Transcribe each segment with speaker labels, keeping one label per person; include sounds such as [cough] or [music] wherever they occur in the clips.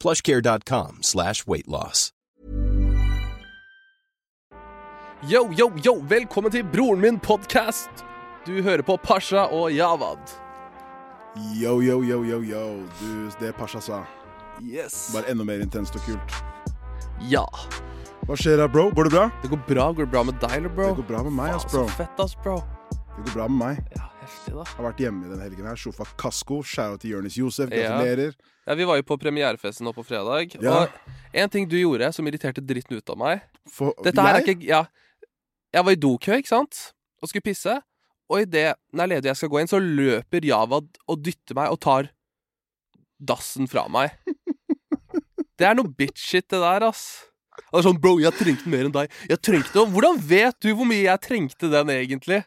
Speaker 1: plushcare.com slash weight loss.
Speaker 2: Yo, yo, yo, velkommen til Broren min podcast. Du hører på Pasha og Javad.
Speaker 3: Yo, yo, yo, yo, yo. Du, det Pasha sa.
Speaker 2: Yes.
Speaker 3: Bare enda mer intenst og kult.
Speaker 2: Ja.
Speaker 3: Hva skjer da, bro? Går det bra?
Speaker 2: Det går bra. Går det bra med deg, eller, bro?
Speaker 3: Det går bra med meg, ass, bro.
Speaker 2: Faen, Så fett, ass, bro.
Speaker 3: Det går bra med meg.
Speaker 2: Ja, heftig, da.
Speaker 3: Jeg har vært hjemme denne helgen her. Shofa Kasko. Shout-out til Jonis Josef.
Speaker 2: Ja.
Speaker 3: Gratulerer.
Speaker 2: Ja, Vi var jo på premierefesten nå på fredag.
Speaker 3: Ja.
Speaker 2: Og en ting du gjorde som irriterte dritten ut av meg
Speaker 3: For,
Speaker 2: Dette her er
Speaker 3: jeg?
Speaker 2: ikke Ja. Jeg var i dokø, ikke sant? Og skulle pisse. Og idet den er ledig jeg skal gå inn, så løper Javad og dytter meg og tar dassen fra meg. Det er noe bitch-shit, det der, ass. Og det er sånn, bro, jeg trengte den mer enn deg. Jeg trengte den. Hvordan vet du hvor mye jeg trengte den, egentlig?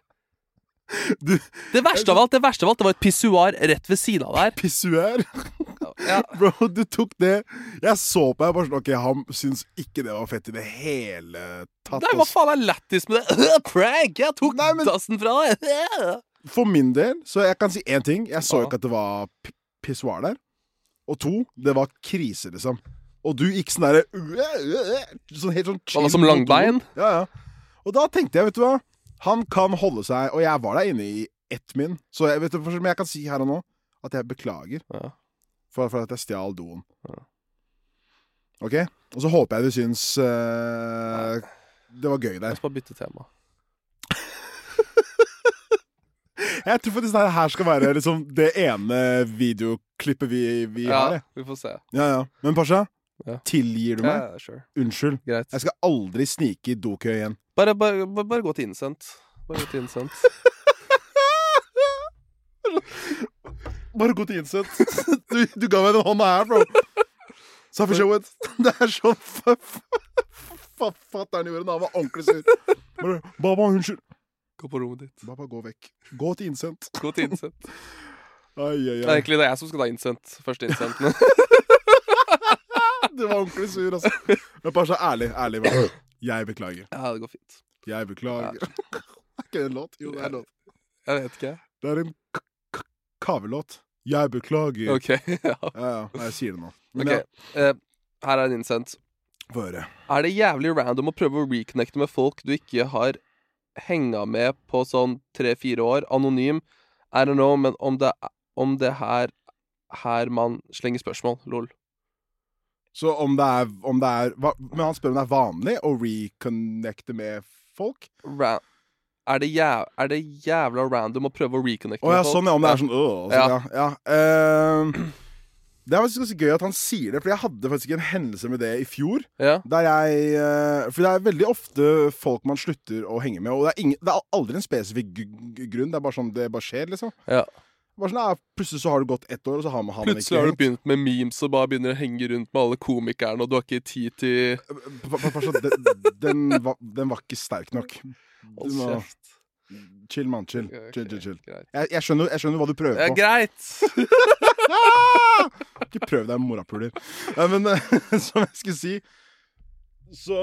Speaker 3: Du,
Speaker 2: Det verste av alt, det verste av alt, det var et pissoar rett ved siden av der.
Speaker 3: pissuær. [laughs]
Speaker 2: Ja.
Speaker 3: Bro, du tok det. Jeg så på deg bare sånn OK, han syns ikke det var fett i det hele tatt.
Speaker 2: Nei, hva
Speaker 3: ass.
Speaker 2: faen er lættis med det? [laughs] Prank! Jeg tok
Speaker 3: Nei, men-
Speaker 2: dassen fra deg!
Speaker 3: For min del, så jeg kan si én ting. Jeg så
Speaker 2: Ja.
Speaker 3: ikke at det var p- pissoar der. Og to, det var krise, liksom. Og du gikk sånn derre Sånn helt sånn chill.
Speaker 2: Han var som langbein.
Speaker 3: Ja, ja. Og da tenkte jeg, vet du hva Han kan holde seg Og jeg var der inne i ett min, så jeg, vet du, for- men jeg kan si her og nå at jeg beklager
Speaker 2: Ja.
Speaker 3: for, for at jeg stjal doen. OK? Og så håper jeg du syns eh, det var gøy
Speaker 2: La
Speaker 3: der.
Speaker 2: oss bare bytte tema.
Speaker 3: Jeg tror faktisk det her skal være liksom det ene videoklippet vi, vi har.
Speaker 2: Ja,
Speaker 3: jeg.
Speaker 2: vi får se.
Speaker 3: Ja, ja. Men Pasha,
Speaker 2: Ja.
Speaker 3: tilgir du meg?
Speaker 2: Ja, sure.
Speaker 3: Unnskyld.
Speaker 2: Greit.
Speaker 3: Jeg skal aldri snike i dokø igjen.
Speaker 2: Bare, bare, bare, bare gå til innsendt. Bare gå til innsendt.
Speaker 3: Bare gå til innsett. [laughs] Du, du ga meg den hånda her, bro. Så for showet. [laughs] Det er så fa- fa- Fatter'n gjorde det. Han var ordentlig sur. Bare, Baba, unnskyld.
Speaker 2: [laughs] Gå på rommet ditt.
Speaker 3: Baba, gå vekk. Gå til innsendt.
Speaker 2: Gå til innsendt. Det
Speaker 3: Ai, ai,
Speaker 2: er
Speaker 3: ai.
Speaker 2: egentlig det er jeg som skal ta innsendt. Første innsendt. [laughs] men-
Speaker 3: [laughs] Du var ordentlig sur, altså. Men bare så ærlig. ærlig bro. Jeg beklager.
Speaker 2: Ja, det går fint.
Speaker 3: Jeg beklager. [laughs] Er ikke det en låt? Jo, det er en låt.
Speaker 2: Jeg vet ikke.
Speaker 3: Det er en k- k- kavelåt. Jeg beklager.
Speaker 2: [laughs] OK. Ja.
Speaker 3: Ja, ja. Nei, Jeg sier det nå. Men
Speaker 2: Ok,
Speaker 3: ja,
Speaker 2: eh, her er en innsendt.
Speaker 3: få høre.
Speaker 2: Er det jævlig random å prøve å reconnecte med folk du ikke har henga med på sånn tre-fire år? Anonym? I don't know, men om det, om det her her man slenger spørsmål. Lol.
Speaker 3: Så om det er, om det er hva, Men han spør om det er vanlig å reconnecte med folk?
Speaker 2: Ra er, det jæv er det jævla random å prøve å reconnecte
Speaker 3: Å ja, sånn ja. Om det er sånn øh, og sånn, ja. ja. Ehm, det er faktisk ganske gøy at han sier det, for jeg hadde faktisk en hendelse med det i fjor.
Speaker 2: ja.
Speaker 3: Der jeg, eh, for det er veldig ofte folk man slutter å henge med, og det er, ingen, det er aldri en spesifikk gu- gu- grunn. Det er bare sånn det bare skjer, liksom.
Speaker 2: Ja.
Speaker 3: Bare sånn, ja, plutselig så har det gått ett år, og så har man, har man
Speaker 2: Plutselig
Speaker 3: ikke
Speaker 2: har du begynt med memes og bare begynner å henge rundt med alle komikerne, og du har ikke tid til
Speaker 3: P- p- Pasha, den, den, var, den var ikke sterk nok.
Speaker 2: Hold
Speaker 3: Du må-
Speaker 2: kjeft.
Speaker 3: Chill, mann. Chill.
Speaker 2: Ok,
Speaker 3: chill, chill, chill.
Speaker 2: greit.
Speaker 3: Jeg, jeg, skjønner, jeg skjønner hva du
Speaker 2: Det
Speaker 3: prøver
Speaker 2: er
Speaker 3: på.
Speaker 2: greit!
Speaker 3: Ikke prøv deg med morapuler. Nei, Men eh, [laughs] som jeg skulle si Så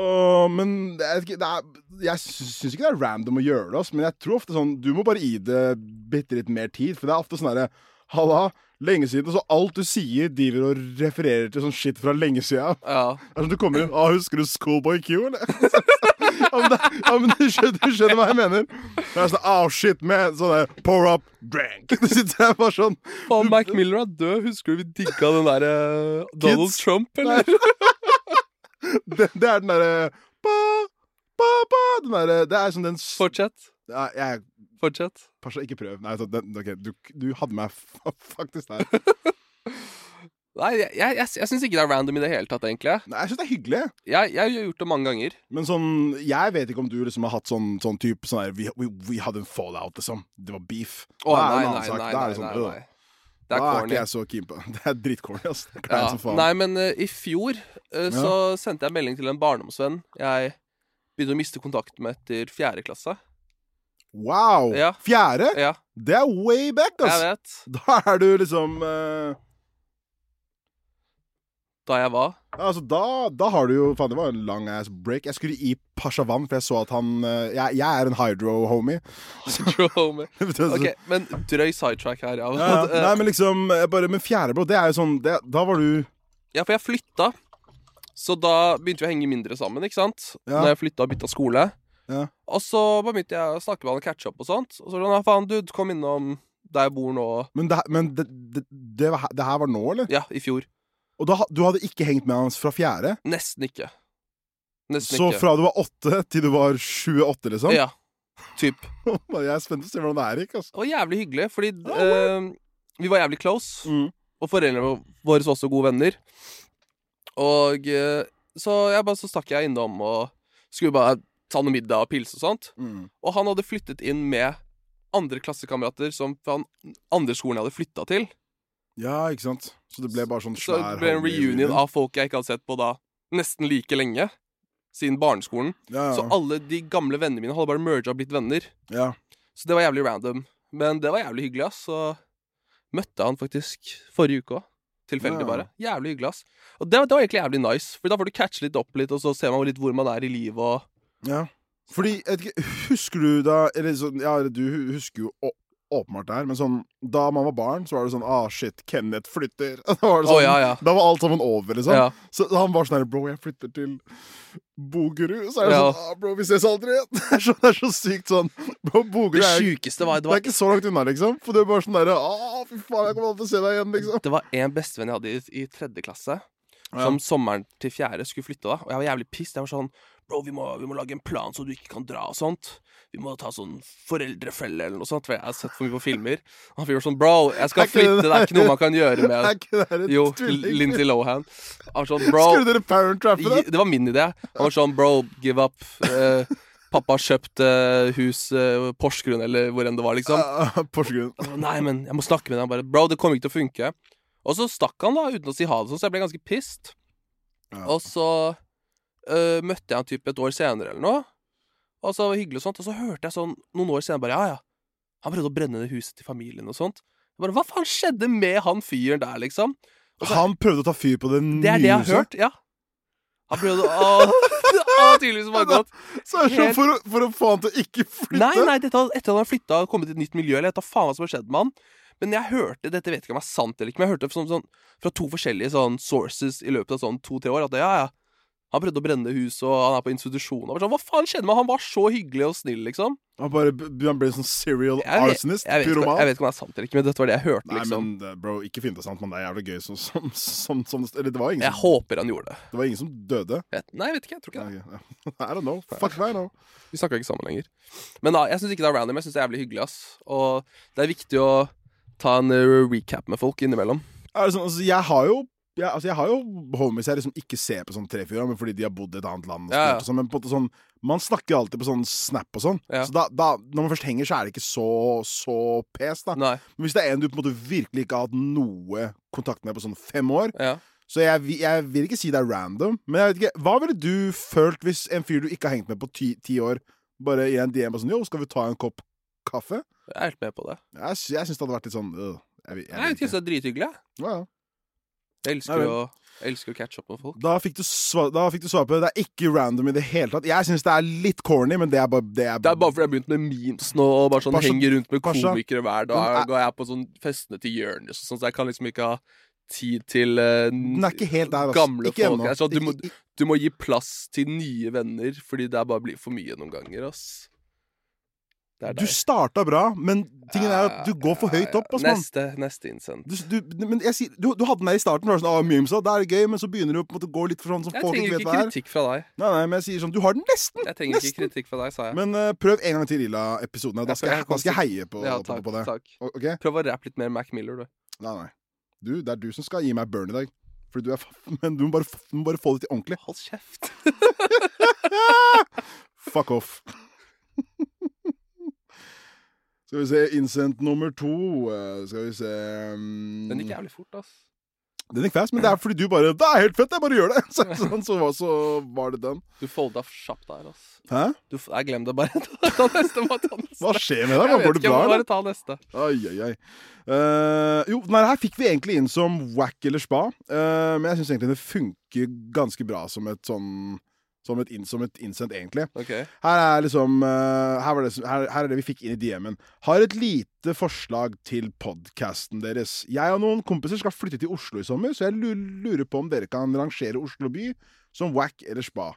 Speaker 3: Men jeg, vet ikke, det er, jeg sy- syns ikke det er random å gjøre det, ass, men jeg tror ofte sånn Du må bare gi det bitte litt mer tid, for det er ofte sånn herre Halla, lenge siden. Og så alt du sier, driver og refererer til sånn shit fra lenge sida.
Speaker 2: Ja.
Speaker 3: Det er sånn du kommer inn ah, 'Husker du Schoolboy Q', eller? [laughs] ja, men, det, ja, men du, skjønner, du skjønner hva jeg mener. Det er sånn 'Ah, shit, man'. Sånn der 'Pour up, [laughs] drank'. Det sitter jeg bare sånn.
Speaker 2: Faen, Mac Miller er død. Husker du vi digga den derre eh, Donald
Speaker 3: Kids.
Speaker 2: Trump, eller?
Speaker 3: [laughs] Det, det er den derre ba, ba, ba, Den derre Det er sånn den s-
Speaker 2: Fortsett.
Speaker 3: Nei, jeg,
Speaker 2: Fortsett.
Speaker 3: Pasha, ikke prøv. Nei, så den, ok, du, du hadde meg fa- [laughs] faktisk
Speaker 2: [laughs]
Speaker 3: der.
Speaker 2: Nei, jeg, jeg, jeg, jeg syns ikke det er random i det hele tatt, egentlig.
Speaker 3: Nei, jeg syns det er hyggelig.
Speaker 2: Jeg, jeg har gjort det mange ganger.
Speaker 3: Men sånn, jeg vet ikke om du liksom har hatt sånn, sånn type sånn der, vi, vi, vi hadde en fallout, liksom. Det var beef.
Speaker 2: Å,
Speaker 3: Da er det
Speaker 2: nei,
Speaker 3: en annen
Speaker 2: nei,
Speaker 3: sak.
Speaker 2: nei,
Speaker 3: Da er
Speaker 2: nei,
Speaker 3: det sånn,
Speaker 2: nei,
Speaker 3: øh,
Speaker 2: nei. Det er
Speaker 3: Da er
Speaker 2: corny.
Speaker 3: ikke jeg så keen på [laughs] det. Det er dritcorny, ass. Det er
Speaker 2: Ja.
Speaker 3: kleint som faen.
Speaker 2: Nei, men eh, i fjor eh, så sendte jeg melding til en barndomsvenn jeg begynte å miste kontakt med etter fjerde klasse.
Speaker 3: Wow!
Speaker 2: Ja.
Speaker 3: Fjerde? [laughs]
Speaker 2: Ja,
Speaker 3: Det er way back,
Speaker 2: jeg
Speaker 3: ass.
Speaker 2: vet.
Speaker 3: Da er du liksom eh,
Speaker 2: Da jeg var [laughs]
Speaker 3: Altså, da, da har du jo Faen, det var en lang ass break. Jeg skulle i Pashavan, for jeg så at han eh, jeg, jeg er en hydro-homie. [laughs]
Speaker 2: Ok,
Speaker 3: Det betyr-
Speaker 2: men drøy sidetrack her. Ja.
Speaker 3: ja, ja.
Speaker 2: [laughs] Eh,
Speaker 3: Nei, men liksom jeg bare, Men fjerde, bro, det er jo sånn det, Da var du
Speaker 2: Ja, for jeg flytta. Så da begynte vi å henge mindre sammen, ikke sant?
Speaker 3: Ja.
Speaker 2: Når jeg flytta og bytta skole.
Speaker 3: Ja.
Speaker 2: Og så bare begynte jeg å snakke med han og catche opp og sånt. Og så var han, ja, faen, dude, kom innom der jeg bor nå.
Speaker 3: Men det, men det, det, det, var- det her var nå, eller?
Speaker 2: Ja, i fjor.
Speaker 3: Og da, du hadde ikke hengt med hans fra fjerde?
Speaker 2: Nesten ikke. Nesten
Speaker 3: Så
Speaker 2: ikke.
Speaker 3: fra du var åtte til du var 28, liksom? [laughs]
Speaker 2: Ja. Typ.
Speaker 3: jeg er spent på å se hvordan det er, ikke, altså.
Speaker 2: Det var jævlig hyggelig, fordi eh, vi var jævlig close.
Speaker 3: Mm,
Speaker 2: Og foreldrene våre var også gode venner. Og eh, så, jeg bare, så stakk jeg innom og skulle bare ta noe middag og pils og sånt.
Speaker 3: mm.
Speaker 2: Og han hadde flyttet inn med andre klassekamerater som fra den andre skolen jeg hadde flytta til.
Speaker 3: Ja, ikke sant? Så det ble bare sånn
Speaker 2: Så
Speaker 3: svær
Speaker 2: det ble en reunion
Speaker 3: homie-reunion.
Speaker 2: av folk jeg ikke hadde sett på da nesten like lenge. Siden barneskolen.
Speaker 3: ja,
Speaker 2: Så
Speaker 3: ja,
Speaker 2: alle de gamle vennene mine hadde bare merga og blitt venner.
Speaker 3: ja.
Speaker 2: Så det var jævlig random. Men det var jævlig hyggelig, ass. Så møtte han faktisk forrige uke òg. Tilfeldig,
Speaker 3: Ja.
Speaker 2: bare. Jævlig hyggelig, ass. Og det, det var egentlig jævlig nice, for da får du catche litt opp litt, og så ser man litt hvor man er i livet og
Speaker 3: ja. Fordi, jeg vet ikke, husker du da Eller sånn, ja, du husker jo å, åpenbart det her, men sånn Da man var barn, så var det sånn Ah, shit, Kenneth flytter. [laughs] Da var, det
Speaker 2: Å,
Speaker 3: sånn,
Speaker 2: ja, ja.
Speaker 3: da var alt sammen over, liksom.
Speaker 2: Ja.
Speaker 3: Så han var sånn her Bro, jeg flytter til Bogerud. Så er det
Speaker 2: Ja.
Speaker 3: sånn ah, Bro, vi ses aldri igjen. [laughs] Det er så, det er så sykt sånn. Bro, Bogerud
Speaker 2: Det
Speaker 3: er
Speaker 2: sjukeste var, det
Speaker 3: Det er
Speaker 2: var
Speaker 3: ikke så langt unna, liksom. For det er bare sånn derre Å, fy faen, jeg kommer aldri til å se deg igjen, liksom.
Speaker 2: Det var en bestevenn jeg hadde i, i tredje klasse, som sommeren til fjerde skulle flytte. da Og jeg var jævlig pissed. Jeg var sånn Bro, vi må, vi må lage en plan så du ikke kan dra og sånt. Vi må ta sånn foreldrefelle eller noe sånt, for jeg har sett for mye på filmer. Og han fyren var sånn Bro, jeg
Speaker 3: Er
Speaker 2: skal
Speaker 3: ikke det
Speaker 2: flytte, det er ikke
Speaker 3: der-
Speaker 2: noe man kan gjøre
Speaker 3: [laughs] Er
Speaker 2: med
Speaker 3: ikke det her et
Speaker 2: Jo,
Speaker 3: tvilling?
Speaker 2: Lindsay Lohan. Han var sånn Bro,
Speaker 3: Skulle dere parent trappe det?
Speaker 2: gi- det var min idé. Han var sånn Bro, give up. Eh, pappa har kjøpt eh, hus eh, Porsgrunn eller hvor enn det var, liksom.
Speaker 3: Ah, [laughs] Porsgrunn.
Speaker 2: Jeg bare, Nei, men jeg må snakke med deg. Han bare Bro, det kommer ikke til å funke. Og så stakk han, da, uten å si ha det sånn, så jeg ble ganske pissed.
Speaker 3: Ja.
Speaker 2: Og så øh, møtte jeg han typ et år senere eller noe. Og så var det hyggelig og sånt. Og så hørte jeg sånn noen år senere bare Ja, ja. Han prøvde å brenne ned huset til familien og sånt. Jeg bare, Hva faen skjedde med han fyren der, liksom? Og så-
Speaker 3: Han prøvde å ta fyr på det nye
Speaker 2: Det er det jeg har hørt, ja. Han prøvde å [laughs] Å, tydeligvis bare gått.
Speaker 3: Så er det sånn for, å- for å få han til å ikke flytte?
Speaker 2: Nei, nei, dette, var etter at han flytta og kommet til et nytt miljø, eller jeg vet da faen hva som har skjedd med han. Men jeg hørte, dette vet ikke om det er sant eller ikke, men jeg hørte sånn, sånn, fra to forskjellige sånn, sources i løpet av sånn to-tre år at ja, ja, han prøvde å brenne huset, og han er på institusjon. Og jeg var sånn, hva faen skjedde med han? Han var så hyggelig og snill, liksom.
Speaker 3: Han bare b- han ble en sånn serial
Speaker 2: Jeg vet, jeg,
Speaker 3: arsonist?
Speaker 2: vet, ikke om-
Speaker 3: Pyroman?
Speaker 2: jeg vet ikke om det er sant eller ikke, men dette var det jeg hørte,
Speaker 3: Nei,
Speaker 2: liksom.
Speaker 3: men det- bro, ikke fint og sant, men det er jævlig gøy som, som, som, som Eller det var ingen,
Speaker 2: Jeg
Speaker 3: som,
Speaker 2: håper han gjorde det.
Speaker 3: det var ingen som døde.
Speaker 2: Jeg- Nei, jeg vet ikke. jeg tror ikke det.
Speaker 3: Nei, [laughs] ok. I don't know. Fuck meg nå.
Speaker 2: Vi snakka ikke sammen lenger. Men da, jeg syns ikke det er random. Jeg syns det er jævlig hyggelig, ass. Og det er viktig å ta en eh, recap med folk innimellom.
Speaker 3: Er det sånn, altså, jeg har jo jeg, altså, jeg har jo homies jeg liksom ikke ser på sånn tre-fire år, men fordi de har bodd i et annet land. Og
Speaker 2: Ja, ja.
Speaker 3: studert og sånn, men på en måte sånn, man snakker alltid på sånn snap og sånn.
Speaker 2: Ja.
Speaker 3: Så da, da, når man først henger, så er det ikke så, så pes, da.
Speaker 2: Nei.
Speaker 3: Men hvis det er en du på en måte virkelig ikke har hatt noe kontakt med på sånn fem år,
Speaker 2: Ja.
Speaker 3: så jeg, vi- jeg vil ikke si det er random, men jeg vet ikke, hva ville du følt hvis en fyr du ikke har hengt med på ti, ti år, bare i en DM og sånn, jo, skal vi ta en kopp kaffe?
Speaker 2: Jeg er helt med på det.
Speaker 3: Jeg, sy- jeg syns det hadde vært litt sånn, øh, jeg, vil- jeg,
Speaker 2: Jeg
Speaker 3: vil
Speaker 2: syns
Speaker 3: ikke.
Speaker 2: det er drithyggelig. jeg.
Speaker 3: Ja, ja.
Speaker 2: Jeg
Speaker 3: Nei,
Speaker 2: elsker,
Speaker 3: vel.
Speaker 2: å, jeg elsker å catch up med folk.
Speaker 3: Da fikk, du svar, da fikk du svar på det. Det er ikke random i det hele tatt. Jeg syns det er litt corny, men det er bare Det er,
Speaker 2: Det er bare fordi jeg har begynt med memes nå, og bare sånn
Speaker 3: Pasha-
Speaker 2: henger rundt med
Speaker 3: Pasha,
Speaker 2: komikere hver
Speaker 3: den er-
Speaker 2: dag. Og jeg er på sånn festene til Jonis og sånn, så jeg kan liksom ikke ha tid til eh,
Speaker 3: den er ikke helt der, altså.
Speaker 2: gamle
Speaker 3: ikke
Speaker 2: folk.
Speaker 3: ennå.
Speaker 2: Altså, du, må,
Speaker 3: Ikke- ikke-
Speaker 2: du må gi plass til nye venner, fordi det er bare blir for mye noen ganger, ass. Det er
Speaker 3: Du
Speaker 2: deg.
Speaker 3: starta bra, men tingen er at du går for høyt opp. ass, mann.
Speaker 2: Neste, neste innsendt.
Speaker 3: Du, du, men jeg sier, du, du hadde den der i starten, var det sånn, ah, Mjømsa, det er gøy, men så begynner du på en måte å gå litt for sånn som
Speaker 2: Jeg
Speaker 3: folk ikke
Speaker 2: trenger
Speaker 3: vet
Speaker 2: ikke
Speaker 3: hva er.
Speaker 2: kritikk fra deg.
Speaker 3: Nei, nei, men jeg sier sånn, du har den nesten!
Speaker 2: Jeg trenger ikke
Speaker 3: Nesten.
Speaker 2: kritikk fra deg, sa jeg.
Speaker 3: Men eh, prøv en gang til Ila-episoden, da,
Speaker 2: Ja,
Speaker 3: skal
Speaker 2: for jeg
Speaker 3: jeg- da skal
Speaker 2: kom-
Speaker 3: jeg heie på,
Speaker 2: Ja,
Speaker 3: på,
Speaker 2: takk.
Speaker 3: på det.
Speaker 2: takk.
Speaker 3: O- Ok?
Speaker 2: Prøv å rappe litt mer Mac Miller, du.
Speaker 3: Nei, nei. Du, det er du som skal gi meg burn i dag. Fordi du er faff, men du må bare, f- [laughs] du må bare få det til ordentlig.
Speaker 2: Hold kjeft.
Speaker 3: [laughs] Fuck off. skal vi se, innsendt nummer to. eh, skal vi se um,
Speaker 2: Den gikk jævlig fort, ass.
Speaker 3: Den gikk fast, men det er fordi du bare Det er helt fett, jeg bare gjør det! [laughs] Så, sånn, så, var- så var det den.
Speaker 2: Du folda for kjapt der, ass.
Speaker 3: Hæ?
Speaker 2: Du, f- jeg glem det bare. [laughs] Ta neste, bare ta neste.
Speaker 3: Hva skjer med
Speaker 2: Jeg
Speaker 3: deg? Hva
Speaker 2: vet
Speaker 3: Går det
Speaker 2: ikke, jeg
Speaker 3: bra,
Speaker 2: må
Speaker 3: eller?
Speaker 2: Bare ta neste.
Speaker 3: Ai, ai, ai. Eh, jo, den her fikk vi egentlig inn som wack eller spa, eh, men jeg syns egentlig det funker ganske bra som et sånn som et, inn- som et innsendt, egentlig.
Speaker 2: Ok.
Speaker 3: Her er liksom eh, her, var det, som- her, her er det vi fikk inn i DM-en. Har et lite forslag til podkasten deres. Jeg og noen kompiser skal flytte til Oslo i sommer, så jeg lu- lurer på om dere kan rangere Oslo by som wack eller spa.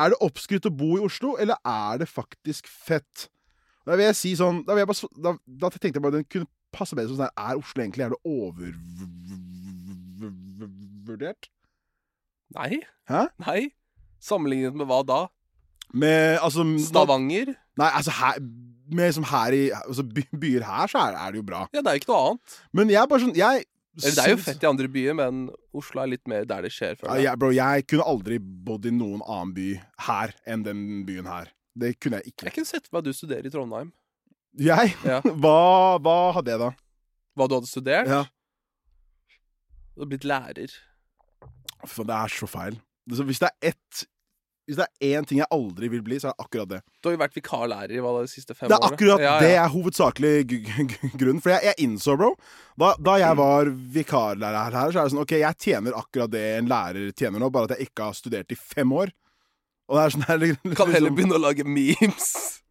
Speaker 3: Er det oppskrytt å bo i Oslo, eller er det faktisk fett? Da vil jeg si sånn Da, vil jeg bare, sv- da, da tenkte jeg bare den kunne passe bedre som sånn her. Er Oslo egentlig er det overvurdert?
Speaker 2: Nei.
Speaker 3: Hæ?
Speaker 2: Nei. Sammenlignet med hva da?
Speaker 3: Med altså
Speaker 2: Stavanger?
Speaker 3: Nei, altså her med som her i altså by, Byer her, så er, er det jo bra.
Speaker 2: Ja, det er jo ikke noe annet.
Speaker 3: Men jeg er bare sånn Jeg
Speaker 2: Eller, det er jo
Speaker 3: syns-
Speaker 2: fett i andre byer, men Oslo er litt mer der det skjer.
Speaker 3: Ja,
Speaker 2: føler jeg.
Speaker 3: jeg, bro, jeg kunne aldri bodd i noen annen by her enn den byen her. Det kunne jeg ikke.
Speaker 2: Jeg kunne sett for meg at du studerer i Trondheim.
Speaker 3: Jeg?
Speaker 2: Ja.
Speaker 3: [laughs] Hva, hva hadde jeg da?
Speaker 2: Hva du hadde studert.
Speaker 3: Ja.
Speaker 2: Du hadde blitt lærer.
Speaker 3: For det er så feil. Altså, hvis det er ett Hvis det er én ting jeg aldri vil bli, så er det akkurat det.
Speaker 2: Du har jo vært vikarlærer i hva, de siste fem
Speaker 3: Det er
Speaker 2: årene.
Speaker 3: akkurat
Speaker 2: Ja, ja.
Speaker 3: det er hovedsakelig gu- gu- grunn. For jeg, jeg innså, bro da, da
Speaker 2: Mm.
Speaker 3: jeg var vikarlærer her, så er det sånn OK, jeg tjener akkurat det en lærer tjener nå, bare at jeg ikke har studert i fem år. Og det er sånn her,
Speaker 2: Kan heller
Speaker 3: liksom,
Speaker 2: begynne å lage memes.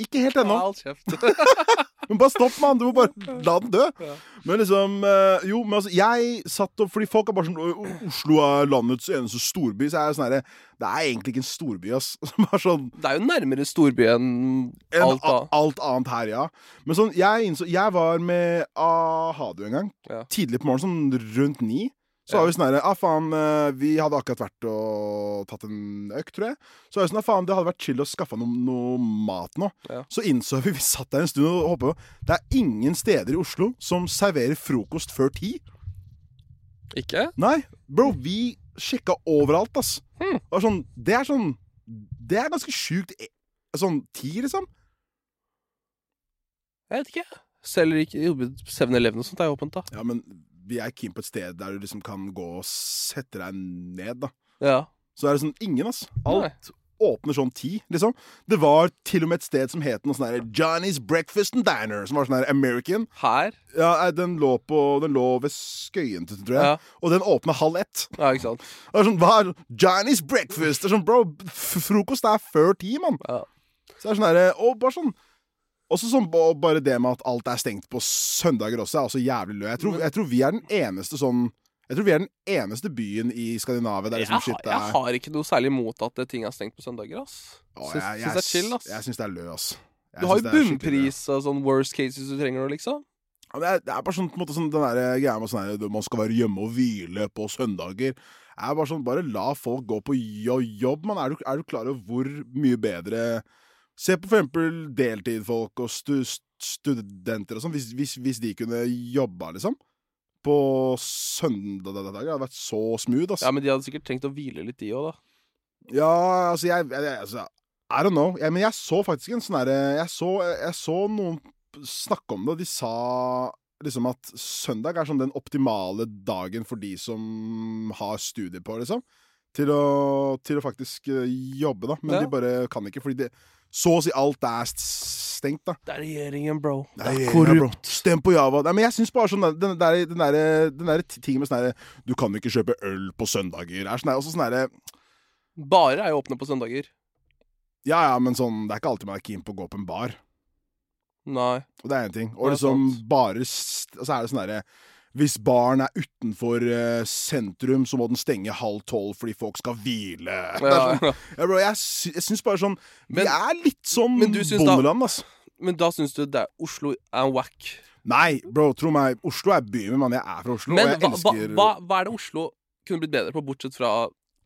Speaker 3: Ikke helt ennå.
Speaker 2: Hold kjeft. [laughs]
Speaker 3: Men bare stopp, mann! Du må bare la den dø.
Speaker 2: Ja.
Speaker 3: Men liksom eh, Jo, men altså, jeg satt opp Fordi folk er bare sånn «Å, Oslo er landets eneste storby. Så er jeg sånn herre Det er egentlig ikke en storby, ass. [laughs] Bare sånn
Speaker 2: Det er jo nærmere storby enn
Speaker 3: en,
Speaker 2: alt, da.
Speaker 3: a- alt annet her, ja. Men sånn, jeg innså Jeg var med Ahadu en gang.
Speaker 2: Ja.
Speaker 3: Tidlig på morgenen, sånn rundt ni. Så
Speaker 2: Ja.
Speaker 3: var vi sånn herre Ah, faen, eh, vi hadde akkurat vært og tatt en økt, tror jeg. Så var vi sånn, ah, faen, det hadde vært chill å skaffe noe, noe mat nå.
Speaker 2: Ja.
Speaker 3: Så innså vi, [laughs] vi satt der en stund og håpa Det er ingen steder i Oslo som serverer frokost før ti.
Speaker 2: Ikke?
Speaker 3: Nei, bro, vi sjekka overalt, ass.
Speaker 2: Hmm.
Speaker 3: Det, var sånn, det er sånn Det er ganske sjukt. eh, Sånn ti, liksom.
Speaker 2: Jeg vet ikke. Selger ikke jo, 7-Eleven og sånt er jo åpent, da.
Speaker 3: Ja, men vi er keen på et sted der du liksom kan gå og sette deg ned, da.
Speaker 2: Ja.
Speaker 3: Så er det sånn ingen, ass. Alt
Speaker 2: Nei.
Speaker 3: åpner sånn ti, liksom. Det var til og med et sted som het noe sånn her Johnny's Breakfast and Diner, som var sånn her American.
Speaker 2: Her?
Speaker 3: Ja, nei, den lå på Den lå ved Skøyen, tror jeg.
Speaker 2: Ja.
Speaker 3: Og den åpna halv ett.
Speaker 2: Ja, ikke sant.
Speaker 3: Det var sånn, hva er Johnny's Breakfast? Det er sånn, bro, f- frokost er før ti, mann.
Speaker 2: Ja.
Speaker 3: Så det er sånn herre Og bare sånn også sånn, og bare det med at alt er stengt på søndager også, er også jævlig lø. Jeg tror, jeg tror vi er den eneste sånn Jeg tror vi er den eneste byen i Skandinavia der
Speaker 2: Jeg,
Speaker 3: liksom
Speaker 2: har- jeg
Speaker 3: shit er
Speaker 2: har ikke noe særlig imot at eh, ting er stengt på søndager, ass.
Speaker 3: Å,
Speaker 2: Syns
Speaker 3: jeg-
Speaker 2: syns det er chill, ass.
Speaker 3: Jeg, jeg syns det er lø, ass. Jeg
Speaker 2: du har
Speaker 3: syns
Speaker 2: jo
Speaker 3: det er skikkelig lø.
Speaker 2: bunnpris og sånn worst cases du trenger nå, liksom.
Speaker 3: Ja, men Det er, det er bare sånn, på en måte, sånn den der greia med sånn her, man skal være hjemme og hvile på søndager. Er bare sånn, bare la folk gå på jo- jobb, man. Er du, er du klar over hvor mye bedre Se på for eksempel deltidfolk og stu, st- studenter og sånn. Hvis, hvis, hvis de kunne jobba, liksom, på søndager, hadde det vært så smooth, ass.
Speaker 2: Ja, men de hadde sikkert trengt å hvile litt, de òg, da.
Speaker 3: Ja, altså jeg, jeg, jeg altså, I don't know. Jeg, men jeg så faktisk en sånn derre jeg, så- jeg så noen p- snakke om det, og de sa liksom at søndag er sånn den optimale dagen for de som har studier på, liksom. Til å, til å faktisk eh, jobbe, da. Men
Speaker 2: Ja.
Speaker 3: de bare kan ikke, fordi det, så å si alt er st- stengt, da.
Speaker 2: Det er regjeringen, bro. Det er
Speaker 3: Nei,
Speaker 2: korrupt.
Speaker 3: ja, bro. Stem på Java. Nei, men jeg syns bare sånn der- Den der, den der, den der tingen med sånn derre Du kan ikke kjøpe øl på søndager. Er sånn der, også sånn derre
Speaker 2: Barer er jo åpne på søndager.
Speaker 3: Ja, ja, men sånn, det er ikke alltid man er keen på å gå på en bar.
Speaker 2: Nei.
Speaker 3: Og det er én ting.
Speaker 2: Det
Speaker 3: Og
Speaker 2: er
Speaker 3: liksom
Speaker 2: sant.
Speaker 3: bare st- Og så er det sånn derre Hvis baren er utenfor eh, sentrum, så må den stenge halv tolv fordi folk skal hvile. [laughs] Det er
Speaker 2: Ja,
Speaker 3: sånn, ja, bro, jeg, sy jeg syns bare sånn
Speaker 2: Men-
Speaker 3: Vi er litt som
Speaker 2: men du syns da-
Speaker 3: bondeland, ass.
Speaker 2: Men da syns du det er Oslo er en whack.
Speaker 3: Nei, bro, tro meg. Oslo er byen min, mann. Jeg er fra Oslo.
Speaker 2: Men
Speaker 3: og jeg
Speaker 2: hva, hva,
Speaker 3: elsker
Speaker 2: hva, hva er det Oslo kunne blitt bedre på, bortsett fra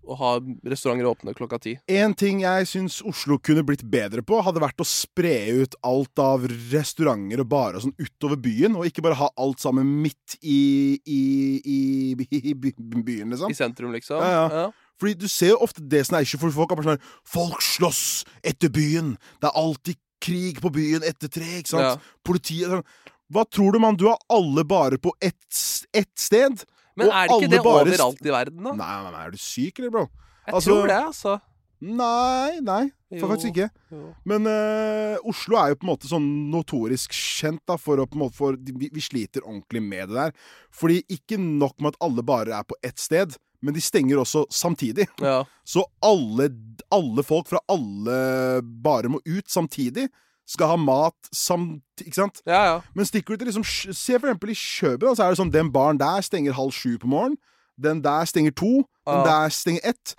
Speaker 2: å ha restauranter åpne klokka ti?
Speaker 3: En ting jeg syns Oslo kunne blitt bedre på, hadde vært å spre ut alt av restauranter og barer og sånn utover byen, og ikke bare ha alt sammen midt i, i, i, i by- byen,
Speaker 2: I
Speaker 3: liksom.
Speaker 2: sentrum, liksom?
Speaker 3: Ja, Fordi du ser jo ofte det som er issue, for folk er bare sånn her, Folk slåss etter byen! Det er alltid krig på byen etter tre, ikke sant?
Speaker 2: Ja.
Speaker 3: Politiet sånn. Hva tror du, mann? Du har alle barer på ett s- ett sted!
Speaker 2: Men
Speaker 3: Og
Speaker 2: er det
Speaker 3: alle
Speaker 2: ikke det
Speaker 3: bare-
Speaker 2: overalt i verden, da?
Speaker 3: Nei, nei, nei, er du syk, eller, bro?
Speaker 2: Jeg
Speaker 3: altså-
Speaker 2: tror det, altså.
Speaker 3: Nei, nei,
Speaker 2: Jo.
Speaker 3: faktisk ikke.
Speaker 2: Jo.
Speaker 3: Men eh, Oslo er jo på en måte sånn notorisk kjent da, for, å på en måte, for vi, vi sliter ordentlig med det der. Fordi ikke nok med at alle barer er på ett sted, men de stenger også samtidig.
Speaker 2: Ja.
Speaker 3: Så alle, alle folk fra alle barer må ut samtidig. Skal ha mat samtidig, ikke sant?
Speaker 2: ja, ja.
Speaker 3: Men stikker du til liksom, Sj- se for eksempel i Kjøben, da, så er det sånn, den baren der stenger halv sju på morgenen, den der stenger to, den
Speaker 2: Ja.
Speaker 3: der stenger ett.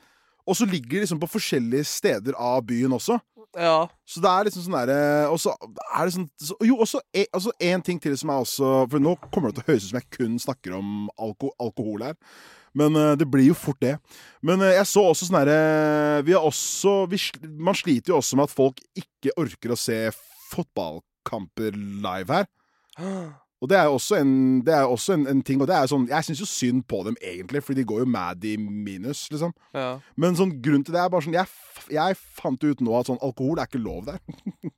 Speaker 3: Og så ligger de liksom på forskjellige steder av byen også.
Speaker 2: ja.
Speaker 3: Så det er liksom sånn derre Og så er det sånn så, Jo, også en, altså en ting til som er også For nå kommer det til å høres ut som jeg kun snakker om alko, alkohol her. Men eh, det blir jo fort det. Men eh, jeg så også sånn herre Vi har også vi, sl- Man sliter jo også med at folk ikke orker å se fotballkamper live her. Og det er jo også en, det er jo også en, en ting Og det er jo sånn Jeg syns jo synd på dem, egentlig, for de går jo mad i minus, liksom.
Speaker 2: ja.
Speaker 3: Men sånn grunn til det er bare sånn Jeg, f- jeg fant jo ut nå at sånn alkohol er ikke lov der.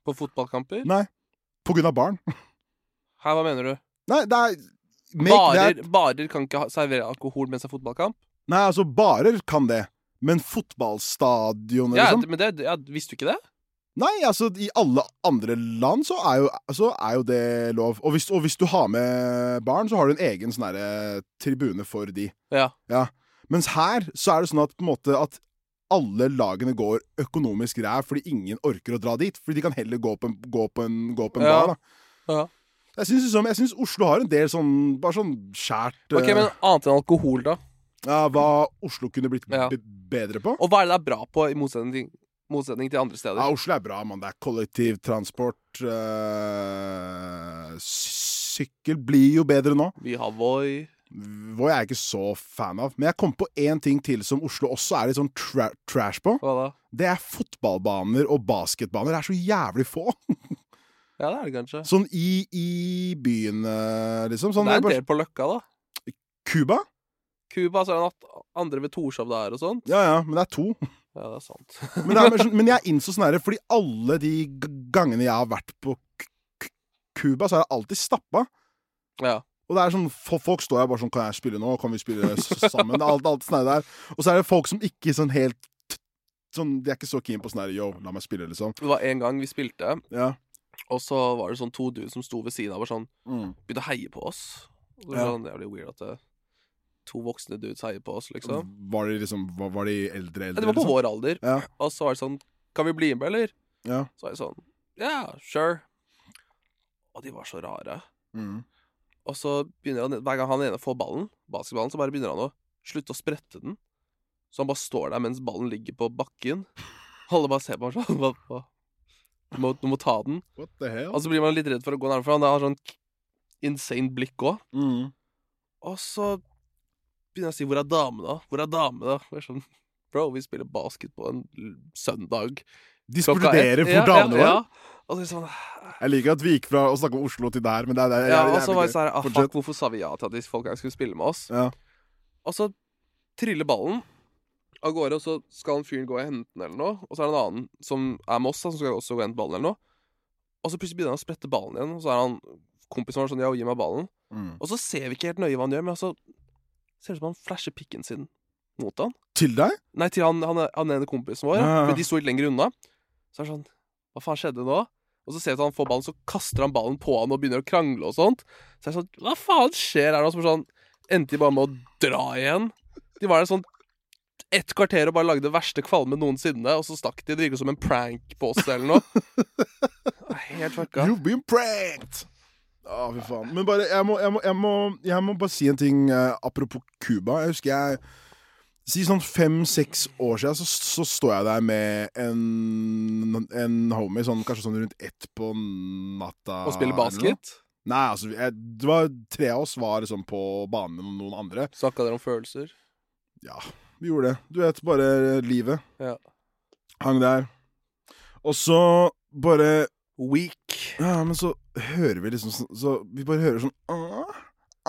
Speaker 2: På fotballkamper?
Speaker 3: Nei. På grunn av barn.
Speaker 2: Her, hva mener du?
Speaker 3: Nei, det er make
Speaker 2: Barer,
Speaker 3: that-
Speaker 2: barer kan ikke ha- servere alkohol mens det er fotballkamp?
Speaker 3: Nei, altså, barer kan det. Men fotballstadioner,
Speaker 2: Ja,
Speaker 3: liksom
Speaker 2: det- men det, ja, Visste du ikke det?
Speaker 3: Nei, altså, i alle andre land så er jo, så er jo det lov. Og hvis, og hvis du har med barn, så har du en egen sånn herre tribune for de.
Speaker 2: Ja.
Speaker 3: Mens her så er det sånn at på en måte at alle lagene går økonomisk ræv fordi ingen orker å dra dit. Fordi de kan heller gå på en, gå på en, gå på en
Speaker 2: Ja.
Speaker 3: bar, da.
Speaker 2: ja.
Speaker 3: Jeg syns, liksom, jeg syns Oslo har en del sånn Bare sånn skjært
Speaker 2: Ok,
Speaker 3: eh,
Speaker 2: Men annet enn alkohol, da?
Speaker 3: ja, Hva Oslo kunne blitt
Speaker 2: Ja.
Speaker 3: be- bedre på.
Speaker 2: Og hva er det det er bra på, i motsetning, motsetning til andre steder?
Speaker 3: Ja, Oslo er bra, mann. Det er kollektivtransport. eh, sykkel blir jo bedre nå.
Speaker 2: Vi har Voi
Speaker 3: Hvor jeg er ikke så fan av. Men jeg kom på én ting til som Oslo også er litt sånn tra trash på.
Speaker 2: Hva da?
Speaker 3: Det er fotballbaner og basketbaner. Det er så jævlig få.
Speaker 2: Ja, det er det kanskje.
Speaker 3: Sånn i, i byen, eh, liksom. Sånn,
Speaker 2: det er
Speaker 3: det
Speaker 2: en
Speaker 3: er bare-
Speaker 2: del på Løkka, da.
Speaker 3: Cuba?
Speaker 2: Cuba, så er det natt andre ved Torshov der og sånt.
Speaker 3: Ja ja, men det er to.
Speaker 2: Ja, det er sant. [laughs]
Speaker 3: Men, det er mer sånn, men jeg innså sånn herre, fordi alle de g- gangene jeg har vært på K- K- Cuba, så er det alltid stappa.
Speaker 2: Ja.
Speaker 3: Og det er sånn, fo- folk står her bare sånn Kan jeg spille nå? Kan vi spille s- sammen? Det er alt, alt sånn her der. Og så er det folk som ikke sånn helt t- sånn, De er ikke så keen på sånn her Yo, la meg spille, liksom.
Speaker 2: Det var en gang vi spilte,
Speaker 3: Ja.
Speaker 2: og så var det sånn to dudes som sto ved siden av og sånn
Speaker 3: Mm.
Speaker 2: begynte å heie på oss. Og det
Speaker 3: Ja.
Speaker 2: var sånn jævlig weird at det, to voksne dudes heier på oss, liksom.
Speaker 3: Var de liksom Var, var de eldre,
Speaker 2: Ja,
Speaker 3: eldre?
Speaker 2: de var på
Speaker 3: liksom?
Speaker 2: vår alder,
Speaker 3: Ja.
Speaker 2: og så var det sånn Kan vi bli med, eller?
Speaker 3: Ja.
Speaker 2: Så var jeg sånn Ja, sure. Og de var så rare.
Speaker 3: Mm.
Speaker 2: Og så begynner han, hver gang han ene får ballen, basketballen, så bare begynner han å slutte å sprette den. Så han bare står der mens ballen ligger på bakken. Alle bare ser på ham sånn. Hva, hva? Du, må, du må ta den.
Speaker 3: What the hell?
Speaker 2: Og så blir man litt redd for å gå nærmere, for han har sånn insane blikk òg.
Speaker 3: mm.
Speaker 2: Og så begynner jeg å si 'Hvor er damene, da?' Hvor er damene, da? Og jeg er sånn Bro, vi spiller basket på en l- søndag.
Speaker 3: De
Speaker 2: Klokka ett.»
Speaker 3: spurterer hvor damene
Speaker 2: ja, ja,
Speaker 3: var.
Speaker 2: ja. Og så er det sånn
Speaker 3: Jeg liker at vi gikk fra å snakke om Oslo til der, men det er det.
Speaker 2: Ja,
Speaker 3: det er
Speaker 2: og så
Speaker 3: jævlig
Speaker 2: var
Speaker 3: gøy.
Speaker 2: jeg sånn her, ah,
Speaker 3: Fortsett.
Speaker 2: Fuck, hvorfor sa vi ja til at disse folka skulle spille med oss?
Speaker 3: Ja.
Speaker 2: Og så triller ballen av gårde, og så skal han fyren gå og hente den eller noe. Og så er det en annen som er med oss, da, som skal også gå og hente ballen eller noe. Og så plutselig begynner han å sprette ballen igjen, og så er han kompisen vår sånn Ja, gi meg ballen.
Speaker 3: Mm.
Speaker 2: Og så ser vi ikke helt nøye hva han gjør, men altså ser det ut som han flasher pikken sin mot han.
Speaker 3: Til deg?
Speaker 2: Nei, til han, han, han ene kompisen vår,
Speaker 3: Ja, ja, ja.
Speaker 2: for de sto litt lenger unna. Så er det sånn Hva faen skjedde nå? Og så ser vi at han får ballen, så kaster han ballen på han og begynner å krangle og sånt. Så er det sånn Hva faen skjer her nå? Så bare sånn, endte de bare med å dra igjen. De var der sånn ett kvarter og bare lagde verste kvalme noensinne, og så stakk de. Det virket som en prank på oss eller noe. Det er Helt fucka.
Speaker 3: You've been pranked! Å, fy faen. Men bare, jeg må, jeg, må, jeg, må, jeg må bare si en ting eh, apropos Cuba. Jeg husker jeg Si sånn fem-seks år siden så, så står jeg der med en, en homie sånn, kanskje sånn rundt ett på natta.
Speaker 2: Og spiller
Speaker 3: eller noe.
Speaker 2: basket.
Speaker 3: Nei, altså jeg, det var, Tre av oss var liksom på banen med noen andre.
Speaker 2: Snakka dere om følelser?
Speaker 3: Ja, vi gjorde det. Du vet, bare livet.
Speaker 2: Ja.
Speaker 3: Hang der. Og så bare
Speaker 2: Weak.
Speaker 3: Ja, men så hører vi liksom sånn så Vi bare hører sånn ah,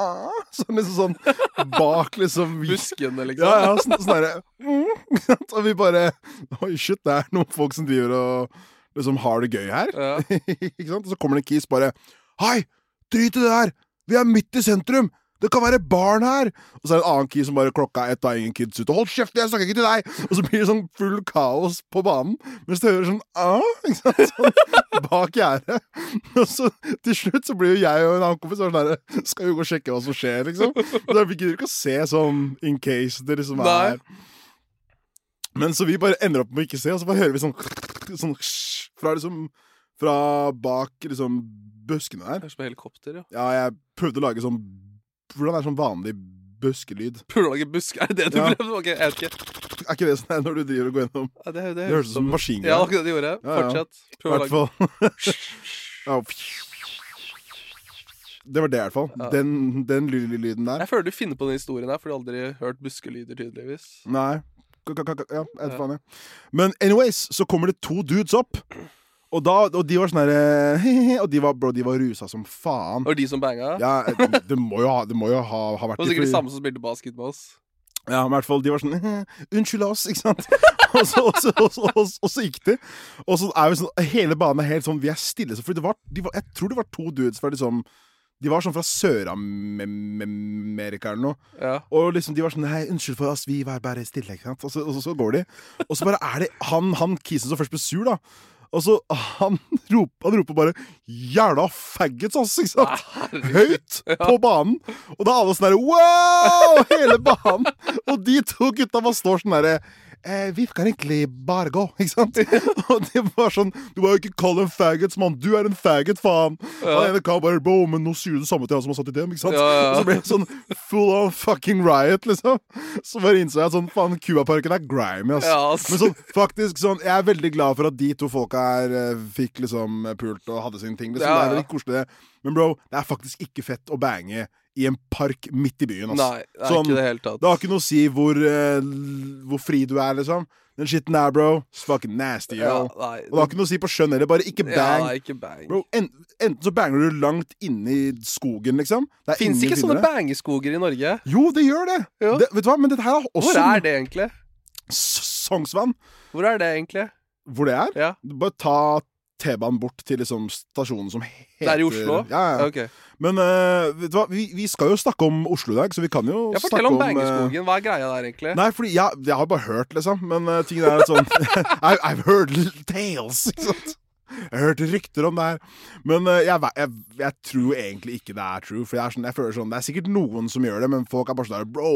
Speaker 3: ah, [laughs] Sånn liksom sånn bak liksom vi-
Speaker 2: Buskene, liksom.
Speaker 3: Ja, ja, sånn, sånn derre mm, [laughs] Og vi bare Oi, shit, det er noen folk som driver og liksom har det gøy her.
Speaker 2: Ja.
Speaker 3: [laughs] Ikke sant? Og så kommer det en kis bare Hei, drit i det der! Vi er midt i sentrum! Det kan være barn her! Og så er det en annen kis som bare klokka er ett, da er ingen kids ute. Hold kjeft, jeg snakker ikke til deg! Og så blir det sånn full kaos på banen, mens du hører sånn ah, ikke sant? Sånn bak gjerdet. Og så til slutt så blir jo jeg og en annen kompis sånn der Skal jo gå og sjekke hva som skjer, liksom. Men vi gidder ikke å se sånn in case det liksom
Speaker 2: Nei.
Speaker 3: er Men så vi bare ender opp med å ikke se, og så bare hører vi sånn Sånn fra liksom fra bak liksom buskene der.
Speaker 2: Høres på helikopter, ja.
Speaker 3: Ja, jeg prøvde å lage sånn Hvordan er sånn vanlig buskelyd?
Speaker 2: Pulage busk, er det det du
Speaker 3: Ja.
Speaker 2: prøvde? Ok, jeg vet ikke.
Speaker 3: Er ikke det sånn her når du driver og går gjennom
Speaker 2: Ja, det,
Speaker 3: Det høres ut som maskingevær.
Speaker 2: Ja, det var akkurat det de gjorde.
Speaker 3: Ja, ja.
Speaker 2: Fortsett.
Speaker 3: I
Speaker 2: Prøv å
Speaker 3: hvert
Speaker 2: lage
Speaker 3: fall. [laughs] ja. Det var det, i hvert fall.
Speaker 2: Ja.
Speaker 3: Den, den lille lyden der.
Speaker 2: Jeg føler du finner på den historien her, for du har aldri hørt buskelyder, tydeligvis.
Speaker 3: Nei. Ka- ka- ka- ka- Ja, jeg vet
Speaker 2: Ja.
Speaker 3: faen, jeg. Men anyways, så kommer det to dudes opp. Og, da, og de var sånn herre [laughs] Og de var, bro, de var rusa som faen.
Speaker 2: Og de som banga.
Speaker 3: Ja, eh, det må jo ha, det må jo ha, ha vært
Speaker 2: Det var sikkert de
Speaker 3: fordi-
Speaker 2: samme som spilte basket med oss.
Speaker 3: Ja, men i hvert fall, de var sånn [laughs] Unnskyld oss, ikke sant? og, så, og, så, og, så, og, så, og så gikk de. Og så er vi sånn Hele banen er helt sånn Vi er stille. Så, fordi det var, de var, jeg tror det var to dudes fra liksom De var sånn fra Sør-Amerika eller noe.
Speaker 2: Ja.
Speaker 3: Og liksom de var sånn Hei, unnskyld for oss, vi var bare stille, ikke sant? Og så, og så, så går de. Og så bare er det han, han kisen som først ble sur, da. Og så han roper, han roper bare 'jævla faggots', altså, ikke sant? Høyt på banen. Og da er alle sånn derre wow! Hele banen. Og de to gutta bare står sånn derre eh, Vi kan egentlig bare gå, ikke sant? Og de var sånn Du må jo ikke kalle en faggots, mann. Du er en faggot, faen. Og den ene karen bare Bro, men nå sier du det samme til han som har satt i dem, ikke sant?
Speaker 2: Ja, ja.
Speaker 3: Og så ble det [laughs] sånn full on fucking riot, liksom. Så bare innså jeg at sånn faen, Cubaparken er grimy, ass.
Speaker 2: Ja, ass.
Speaker 3: Men sånn, faktisk, sånn, jeg er veldig glad for at de to folka her eh, fikk liksom eh, pult og hadde sine ting.
Speaker 2: Ja,
Speaker 3: Liksom. Det er
Speaker 2: ja.
Speaker 3: veldig koselig, det. Men bro, det er faktisk ikke fett å bange i en park midt i byen, ass.
Speaker 2: [laughs] Nei, det er
Speaker 3: Sånn,
Speaker 2: ikke det hele tatt.
Speaker 3: Det har ikke noe å si hvor, eh, l- hvor fri du er, liksom. Den skitten der, bro, it's fucking nasty, yo.
Speaker 2: ja, nei,
Speaker 3: Og det har ikke noe å si på skjønn heller. Bare ikke
Speaker 2: Ja,
Speaker 3: bang.
Speaker 2: nei, ikke bang.
Speaker 3: Bro, en, enten så banger du langt inni skogen, liksom. Det er
Speaker 2: Fins
Speaker 3: ingen
Speaker 2: ikke sånne
Speaker 3: vinnere.
Speaker 2: bangeskoger i Norge?
Speaker 3: Jo, det gjør det.
Speaker 2: Jo.
Speaker 3: det vet du hva, Men dette her er også
Speaker 2: Hvor er det egentlig?
Speaker 3: S- Sognsvann.
Speaker 2: Hvor er det egentlig?
Speaker 3: Hvor det er?
Speaker 2: Ja,
Speaker 3: Bare ta T-banen bort til liksom stasjonen som heter
Speaker 2: Det er i Oslo?
Speaker 3: Ja, ja.
Speaker 2: ok.
Speaker 3: Men eh, vet du hva, vi, vi skal jo snakke om Oslo i dag, så vi kan jo
Speaker 2: Ja,
Speaker 3: snakke
Speaker 2: Fortell om
Speaker 3: eh,
Speaker 2: bangeskogen. Hva er greia der, egentlig?
Speaker 3: Nei, fordi jeg, jeg har bare hørt, liksom. Men uh, tingen er at sånn [laughs] I, I've heard little tales, ikke sant? Jeg har hørt rykter om det her. Men eh, jeg, ve- jeg, jeg tror egentlig ikke det er true. For jeg, er sånn, jeg føler sånn, Det er sikkert noen som gjør det, men folk er bare sånn der, Bro,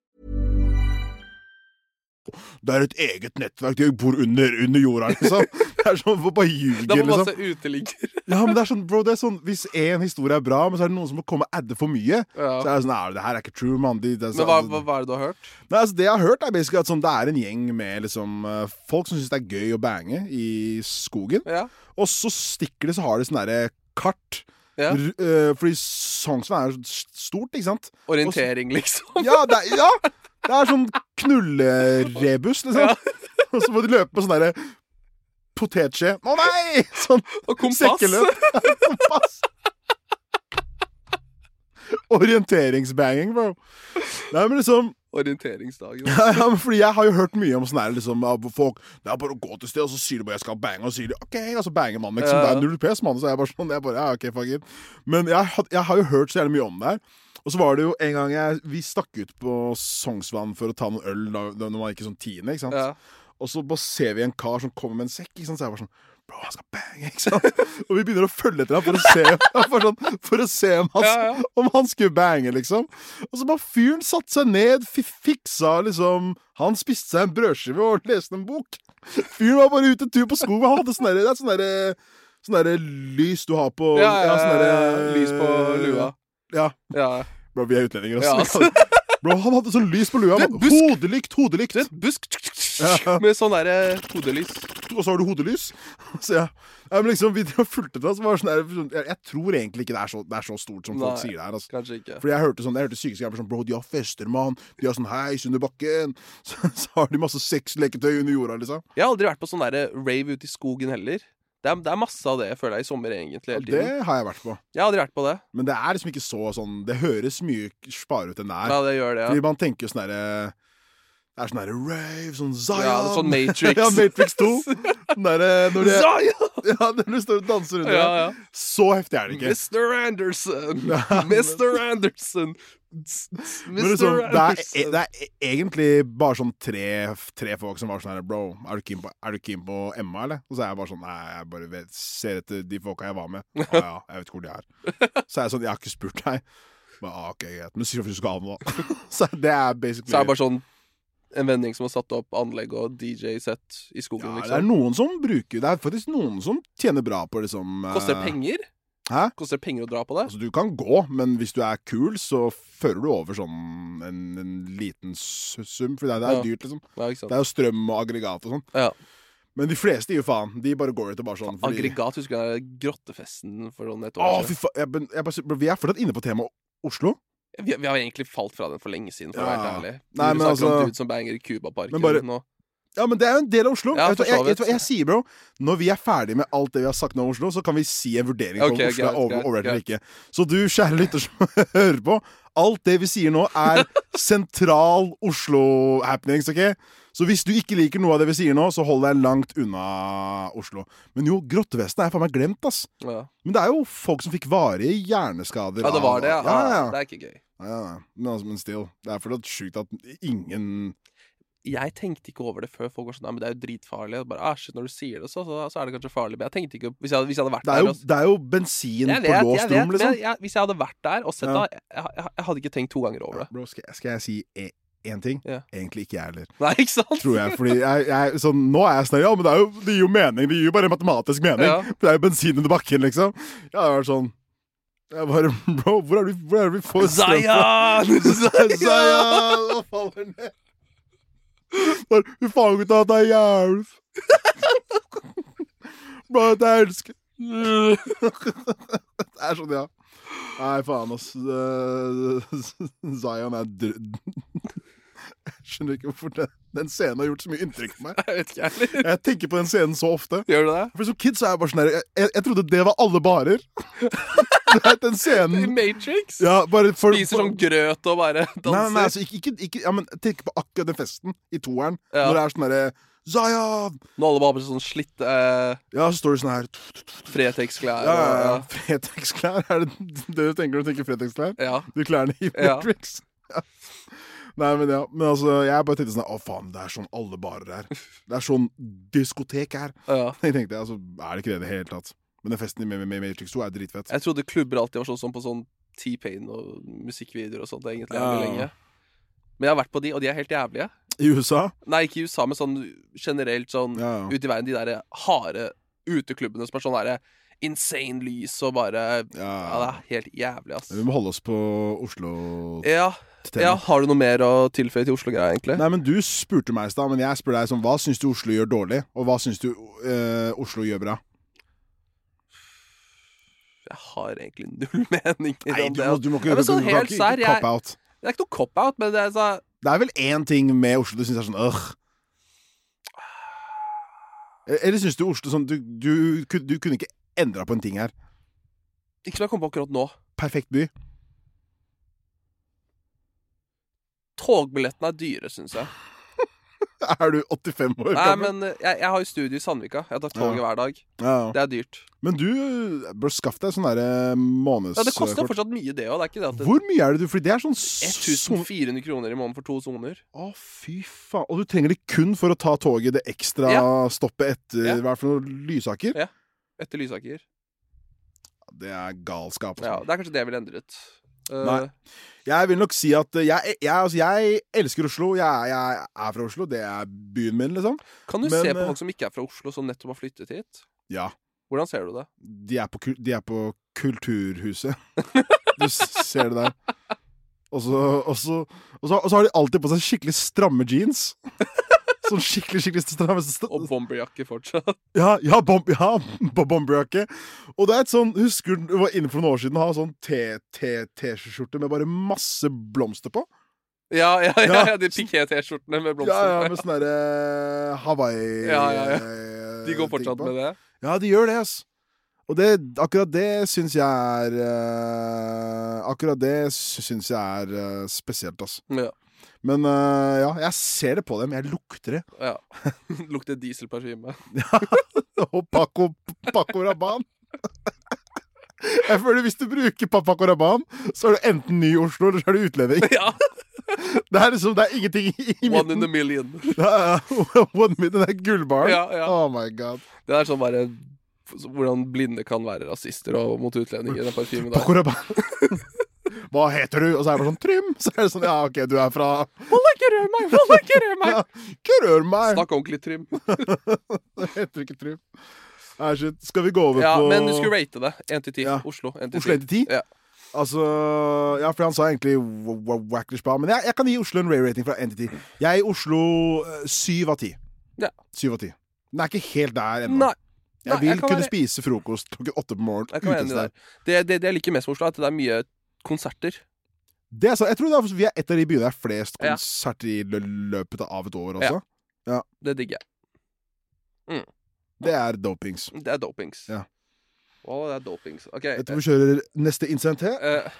Speaker 3: Det er et eget nettverk. De bor under, under jorda, liksom.
Speaker 2: [laughs]
Speaker 3: Det er sånn, Hvorfor bare
Speaker 2: Det
Speaker 3: ljuger,
Speaker 2: var masse
Speaker 3: liksom?
Speaker 2: uteligger.
Speaker 3: Ja, men det er sånn, bro, det er sånn Hvis én historie er bra, men så er det noen som må komme og adde for mye,
Speaker 2: Ja.
Speaker 3: så er det sånn Nei, det her er ikke true, mann. De, det, er
Speaker 2: [laughs] Men hva,
Speaker 3: sånn-
Speaker 2: hva, hva er det du har hørt?
Speaker 3: Nei, altså Det jeg har hørt, er basically at sånn, det er en gjeng med liksom, eh, folk som syns det er gøy å bange i skogen.
Speaker 2: Ja.
Speaker 3: Og så stikker de, så har de sånn derre kart.
Speaker 2: Ja.
Speaker 3: R- eh, fordi Sognsvann er jo s- stort, ikke sant?
Speaker 2: Orientering, [laughs] liksom.
Speaker 3: Ja, det er, ja, det er sånn knullerebus, liksom. [laughs] Og så må de løpe på sånn derre potetskje. Å nei! Sånn
Speaker 2: Og kompass.
Speaker 3: sekkeløp. [laughs] Ja, kompass. Orienteringsbanging, bro. Nei, men liksom [laughs]
Speaker 2: Orienteringsdagen.
Speaker 3: ja, ja, men fordi jeg har jo hørt mye om sånn her liksom, av folk Det er bare å gå til sted, og så sier de bare 'jeg skal bange', og så sier de 'ok', og så banger man, liksom.
Speaker 2: Ja.
Speaker 3: Det er null pes, mann. Så jeg er bare sånn jeg bare, ja, ok, fuck it. Men jeg, had- jeg har jo hørt så jævlig mye om det her. Og så var det jo en gang jeg, vi stakk ut på Sognsvann for å ta noen øl da, da når man gikk i sånn tiende, ikke sant.
Speaker 2: Ja.
Speaker 3: Og så bare ser vi en kar som kommer med en sekk, ikke sant? så jeg bare sånn Bro, han skal bange, ikke sant? [laughs] Og vi begynner å følge etter ham for å se, [laughs] for sånn, for å se om, han,
Speaker 2: Ja, ja.
Speaker 3: om han skulle bange, liksom. Og så bare fyren satte seg ned, fi- fiksa liksom Han spiste seg en brødskive og leste en bok. Fyren var bare ute en tur på skogen. Han hadde sånn derre- det er sånn derre- sånn derre lys du har på
Speaker 2: Ja, ja, ja,
Speaker 3: sånn derre-
Speaker 2: ja. Lys på lua.
Speaker 3: Ja.
Speaker 2: Ja.
Speaker 3: Bro, vi er utlendinger,
Speaker 2: Ja,
Speaker 3: altså. Bro, han hadde sånn lys på lua.
Speaker 2: Det er
Speaker 3: man.
Speaker 2: busk.
Speaker 3: Hodelykt, hodelykt.
Speaker 2: Det er et busk
Speaker 3: Ja.
Speaker 2: med sånn derre hodelys.
Speaker 3: og så har du hodelys. [laughs] Så jeg, jeg, liksom, vi drev og fulgte etter ham. sånn Jeg, jeg tror egentlig ikke det er så, det er så stort som folk
Speaker 2: Nei.
Speaker 3: sier det her. Altså.
Speaker 2: Kanskje ikke.
Speaker 3: Fordi jeg hørte sånn, jeg hørte psykiske jævler sånn Bro, de har fester, mann. De har sånn heis under bakken. [laughs] Så, så har de masse sexleketøy under jorda, liksom.
Speaker 2: Jeg har aldri vært på sånn derre rave ute i skogen heller. Det er, det er masse av det, jeg føler jeg, i sommer egentlig. hele
Speaker 3: Det
Speaker 2: tiden.
Speaker 3: har jeg vært på.
Speaker 2: Jeg har aldri vært på det.
Speaker 3: Men det er liksom ikke så sånn Det høres mye sparere ut enn det er.
Speaker 2: Ja, det gjør det, ja.
Speaker 3: Fordi man tenker jo sånn herre Det er sånn herre rave, sånn Zion
Speaker 2: Ja, det er sånn Matrix.
Speaker 3: [laughs] ja, Matrix
Speaker 2: [laughs]
Speaker 3: 2. Den derre når de
Speaker 2: Zion!
Speaker 3: [laughs] Ja, når du står og danser under
Speaker 2: Ja, ja.
Speaker 3: den. Så heftig er det ikke.
Speaker 2: Mr. Anderson! [laughs] Mr. Anderson! S- s-
Speaker 3: Men
Speaker 2: Mr.
Speaker 3: liksom, det, er, e-
Speaker 2: Anderson!
Speaker 3: det er e- egentlig bare sånn tre, tre folk som var sånn her Bro, er du keen på, er du keen på Emma, eller? Og så er jeg bare sånn Nei, jeg bare vet, ser etter de folka jeg
Speaker 2: [laughs]
Speaker 3: var med. Å ja, jeg vet ikke hvor de er. Så er jeg sånn Jeg har ikke spurt deg. Men, ah, ok, greit. Men du sier at du skal ha med, da. [laughs] Så det er basically
Speaker 2: Så er det bare sånn en vending som har satt opp anlegg og DJ-sett i skogen,
Speaker 3: ja, Det er
Speaker 2: liksom.
Speaker 3: noen som bruker Det er faktisk noen som tjener bra på liksom eh,
Speaker 2: Koster det penger?
Speaker 3: Hæ?
Speaker 2: Koster det penger å dra på det?
Speaker 3: Altså, du kan gå, men hvis du er kul, så fører du over sånn en, en liten s- sum. For det er, det er
Speaker 2: Ja. Sånn.
Speaker 3: dyrt, liksom.
Speaker 2: Ja, ikke
Speaker 3: Det
Speaker 2: sant.
Speaker 3: er jo strøm og aggregat og sånn.
Speaker 2: Ja.
Speaker 3: Men de fleste gir jo faen. De bare går ut og bare sånn. Fordi...
Speaker 2: Aggregat, husker du den der grottefesten for sånn et
Speaker 3: Å,
Speaker 2: år
Speaker 3: fy
Speaker 2: siden?
Speaker 3: faen. Jeg, ben- jeg, bare- vi er fortsatt inne på temaet Oslo.
Speaker 2: Vi, vi har egentlig falt fra den for lenge siden, for å være
Speaker 3: Ja.
Speaker 2: helt ærlig.
Speaker 3: Nei,
Speaker 2: du
Speaker 3: men
Speaker 2: snakker
Speaker 3: altså-
Speaker 2: om dude som banger i Cubaparken
Speaker 3: Men bare-
Speaker 2: nå.
Speaker 3: Ja, men det er jo en del av Oslo.
Speaker 2: Ja,
Speaker 3: vet, du,
Speaker 2: for
Speaker 3: jeg,
Speaker 2: så
Speaker 3: vet
Speaker 2: vidt.
Speaker 3: du hva jeg sier, bro? Når vi er ferdig med alt det vi har sagt nå om Oslo, så kan vi si en vurdering på
Speaker 2: Ok,
Speaker 3: om Oslo
Speaker 2: greit,
Speaker 3: er over-
Speaker 2: greit,
Speaker 3: overvurdert eller ikke. Så du, kjære lytter som [laughs] hører på, alt det vi sier nå,
Speaker 2: [laughs]
Speaker 3: er sentral Oslo-happenings, OK? Så hvis du ikke liker noe av det vi sier nå, så hold deg langt unna Oslo. Men jo, grottevesenet er faen meg glemt, ass.
Speaker 2: Ja.
Speaker 3: Men det er jo folk som fikk varige hjerneskader.
Speaker 2: ja, det var
Speaker 3: av-
Speaker 2: det. Ja.
Speaker 3: Ja, ja, ja.
Speaker 2: Det er ikke gøy.
Speaker 3: Ja, ja. Men, altså, men still. Det er fortsatt sjukt at ingen
Speaker 2: Jeg tenkte ikke over det før folk var sånn Nei, men det er jo dritfarlig. Og bare, ah, shit, når du sier det, så, så, så er det kanskje farlig. Men jeg tenkte ikke Hvis jeg, hadde- hvis jeg hadde vært
Speaker 3: Det er jo,
Speaker 2: der og-
Speaker 3: det er jo bensin
Speaker 2: altså- Jeg
Speaker 3: på
Speaker 2: vet, jeg
Speaker 3: låst
Speaker 2: vet,
Speaker 3: rom,
Speaker 2: men
Speaker 3: liksom.
Speaker 2: jeg, jeg, hvis jeg hadde vært der og sett
Speaker 3: Ja.
Speaker 2: det, jeg, jeg, jeg hadde ikke tenkt to ganger over det.
Speaker 3: Bro, skal, skal jeg si e- én ting?
Speaker 2: Ja.
Speaker 3: Egentlig ikke jeg heller,
Speaker 2: Nei, ikke sant?
Speaker 3: tror jeg. Fordi jeg, jeg sånn, Nå er jeg snill, ja, men det, er jo, det gir jo mening. Det gir jo bare matematisk mening.
Speaker 2: Ja.
Speaker 3: For det er jo bensin under bakken, liksom. Jeg har vært sånn jeg bare, [laughs] Bro, hvor er det vi- hvor er det vi får strøm fra?
Speaker 2: Zion! [laughs]
Speaker 3: Zion! Og faller ned. Bare, Fy faen, gutta, det er jævlig Bro, det er elsker Det er sånn, ja. [laughs] Nei, faen, ass. Eh, Zion er dr... skjønner ikke hvorfor den, den scenen har gjort så mye inntrykk på meg.
Speaker 2: Jeg vet ikke, jeg heller.
Speaker 3: Jeg tenker på den scenen så ofte.
Speaker 2: Gjør du det?
Speaker 3: For som kid så er jeg bare sånn der jeg, jeg, jeg trodde det var alle barer. [laughs] Du vet, den
Speaker 2: I
Speaker 3: scenen
Speaker 2: Matrix?
Speaker 3: ja, bare for,
Speaker 2: Spiser sånn grøt og bare danser.
Speaker 3: Nei, nei, nei, altså, ikke, ikke, ikke ja, men Tenk på akkurat den festen i toeren,
Speaker 2: Ja.
Speaker 3: når det er sånn derre Zaya!
Speaker 2: Når alle bare har på seg sånn slitt eh,
Speaker 3: Ja, så står det sånn her
Speaker 2: Fretex-klær.
Speaker 3: ja, ja, [laughs] ja.
Speaker 2: og-
Speaker 3: Fretex-klær? Er det det du tenker når du tenker Fretex-klær?
Speaker 2: ja.
Speaker 3: De klærne i
Speaker 2: Ja.
Speaker 3: Matrix? Ja. Nei, men ja. Men altså, jeg bare tenkte sånn Å, faen, det er sånn alle barer er. Det er sånn diskotek er. [laughs]
Speaker 2: ja, ja.
Speaker 3: Jeg tenkte, altså, er det ikke det i det hele tatt? Men den festen i Ma- Ma- Ma- Matrix 2 er dritfett.
Speaker 2: Jeg trodde klubber alltid var sånn som på sånn T-Pain og musikkvideoer og sånt. egentlig
Speaker 3: Ja.
Speaker 2: jævlig lenge Men jeg har vært på de, og de er helt jævlige.
Speaker 3: I USA?
Speaker 2: Nei, ikke i USA, men sånn generelt sånn
Speaker 3: Ja, ja.
Speaker 2: ute i veien. De derre harde uteklubbene som er sånn derre insane lys og bare ja. det er helt jævlig, ass.
Speaker 3: Vi må holde oss på Oslo.
Speaker 2: Ja, ja, har du noe mer å tilføye til Oslo-greia, egentlig?
Speaker 3: Nei, men Du spurte meg i stad, men jeg spør deg sånn, hva syns du Oslo gjør dårlig, og hva syns du eh, Oslo gjør bra?
Speaker 2: Jeg har egentlig null [laughs] meninger
Speaker 3: Nei,
Speaker 2: om
Speaker 3: du
Speaker 2: det.
Speaker 3: må,
Speaker 2: ass.
Speaker 3: du må ikke,
Speaker 2: Ja, men
Speaker 3: du,
Speaker 2: sånn
Speaker 3: kan
Speaker 2: helt
Speaker 3: ikke-
Speaker 2: sær,
Speaker 3: ikke cop
Speaker 2: jeg,
Speaker 3: out.
Speaker 2: det er ikke noe cop-out, men det er så
Speaker 3: Det er vel én ting med Oslo du syns er sånn øh. E, Eller syns du Oslo sånn du, du, kun- du kunne ikke endra på en ting her.
Speaker 2: Ikke som jeg kom på akkurat nå.
Speaker 3: Perfekt by. [laughs]
Speaker 2: Togbillettene er dyre, syns jeg.
Speaker 3: Er du 85 år
Speaker 2: Nei,
Speaker 3: gammel?
Speaker 2: men jeg, jeg har jo studie i Sandvika. Jeg tar toget hver dag.
Speaker 3: Ja.
Speaker 2: Det er dyrt.
Speaker 3: Men du bør skaffe deg sånn derre månedskort.
Speaker 2: Ja, Det koster fortsatt mye, det òg. Det er ikke det at det
Speaker 3: Hvor mye er det du Fordi det er sånn sånn-
Speaker 2: 1400 kroner i måneden for to soner.
Speaker 3: Å, fy faen. Og du trenger det kun for å ta toget det ekstra
Speaker 2: Ja.
Speaker 3: stoppet etter
Speaker 2: Ja.
Speaker 3: hva er det for noe Lysaker?
Speaker 2: Ja. Etter Lysaker.
Speaker 3: Det er galskap.
Speaker 2: Ja,
Speaker 3: altså.
Speaker 2: det er kanskje det jeg ville endret. Eh,
Speaker 3: Nei. Jeg vil nok si at eh, jeg, jeg, altså, jeg elsker Oslo. Jeg, jeg er fra Oslo. Det er byen min, liksom.
Speaker 2: Kan du
Speaker 3: Men,
Speaker 2: se på
Speaker 3: eh,
Speaker 2: folk som ikke er fra Oslo, som nettopp har flyttet hit?
Speaker 3: Ja.
Speaker 2: Hvordan ser
Speaker 3: [laughs]
Speaker 2: du det?
Speaker 3: De er på, kul- de er på
Speaker 2: [laughs]
Speaker 3: Kulturhuset. Du s- ser det der. Og så, og, så, og, så, og så har de alltid på seg skikkelig stramme
Speaker 2: [laughs]
Speaker 3: jeans. Sånn skikkelig, skikkelig stramme.
Speaker 2: Og bomberjakke fortsatt. [laughs]
Speaker 3: Ja, ja, bom, ja [laughs] bo- bomberjakke. Og det er et sånn Husker du var inne for noen år siden og ha sånn T- T- T-skjorte med bare masse blomster på?
Speaker 2: Ja, ja, ja,
Speaker 3: Ja.
Speaker 2: ja de piké-T-skjortene med blomster.
Speaker 3: Ja,
Speaker 2: på. [laughs]
Speaker 3: ja, med sånn derre Hawaii
Speaker 2: Ja, ja, ja.
Speaker 3: eh,
Speaker 2: De går
Speaker 3: ting
Speaker 2: fortsatt
Speaker 3: på.
Speaker 2: med det.
Speaker 3: Ja, de gjør det, ass. Og det, akkurat det syns jeg er eh, Akkurat det syns jeg er eh, spesielt, ass.
Speaker 2: Ja,
Speaker 3: Men eh, ja, jeg ser det på dem. Jeg lukter det.
Speaker 2: ja. [laughs] Lukter
Speaker 3: [laughs]
Speaker 2: dieselparfyme.
Speaker 3: Og Paco, Paco Rabanne. Jeg føler Hvis du bruker Pa- Paco Rabanne, så er du enten ny i Oslo, eller så er du utlending.
Speaker 2: Ja!
Speaker 3: Det er liksom, det er ingenting i,
Speaker 2: One
Speaker 3: i
Speaker 2: in a
Speaker 3: midten.
Speaker 2: million.
Speaker 3: Ja, ja. One minute, det er [laughs] gullbaren.
Speaker 2: Ja, ja.
Speaker 3: Oh my god.
Speaker 2: Det er sånn bare hvordan blinde kan være rasister og mot utlendinger. Den parfymen der.
Speaker 3: Paco Rabanne. [laughs] Hva heter du? Og så er det bare sånn Trym. Så er det sånn, ja, OK, du er fra
Speaker 2: Hold ikke rør meg! Hold ikke rør meg!
Speaker 3: ja, Ikke rør meg!
Speaker 2: Snakk ordentlig, Trym.
Speaker 3: [laughs] Det heter ikke Trym. Nei, shit. Skal vi gå
Speaker 2: [laughs]
Speaker 3: over
Speaker 2: Ja,
Speaker 3: på
Speaker 2: men du skulle rate det. 1 til 10.
Speaker 3: Ja.
Speaker 2: Oslo. 1
Speaker 3: Oslo 1 til 10?
Speaker 2: Ja.
Speaker 3: Altså, ja, for han sa egentlig wa- wa- Wackler Spa, men jeg, jeg kan gi Oslo en Ray-rating fra 1 til 10. Jeg gir Oslo eh, 7 av 10.
Speaker 2: Ja.
Speaker 3: 7 av 10. Den er ikke helt der ennå.
Speaker 2: Nei,
Speaker 3: jeg
Speaker 2: nei,
Speaker 3: vil
Speaker 2: jeg kan
Speaker 3: kunne
Speaker 2: være-
Speaker 3: spise frokost klokken åtte på morgenen.
Speaker 2: jeg kan være enig
Speaker 3: utested.
Speaker 2: der. Det, det, det jeg liker mest med Oslo, er at det er mye konserter.
Speaker 3: Det er sant. Jeg tror det er, vi er et av de byene der flest
Speaker 2: Ja.
Speaker 3: konserter i lø- løpet av et år, altså.
Speaker 2: Det digger jeg.
Speaker 3: Det er dopings.
Speaker 2: Det er dopings.
Speaker 3: Ja.
Speaker 2: Å, det er dopings. OK.
Speaker 3: Jeg tror vi kjører neste incident her.
Speaker 2: eh,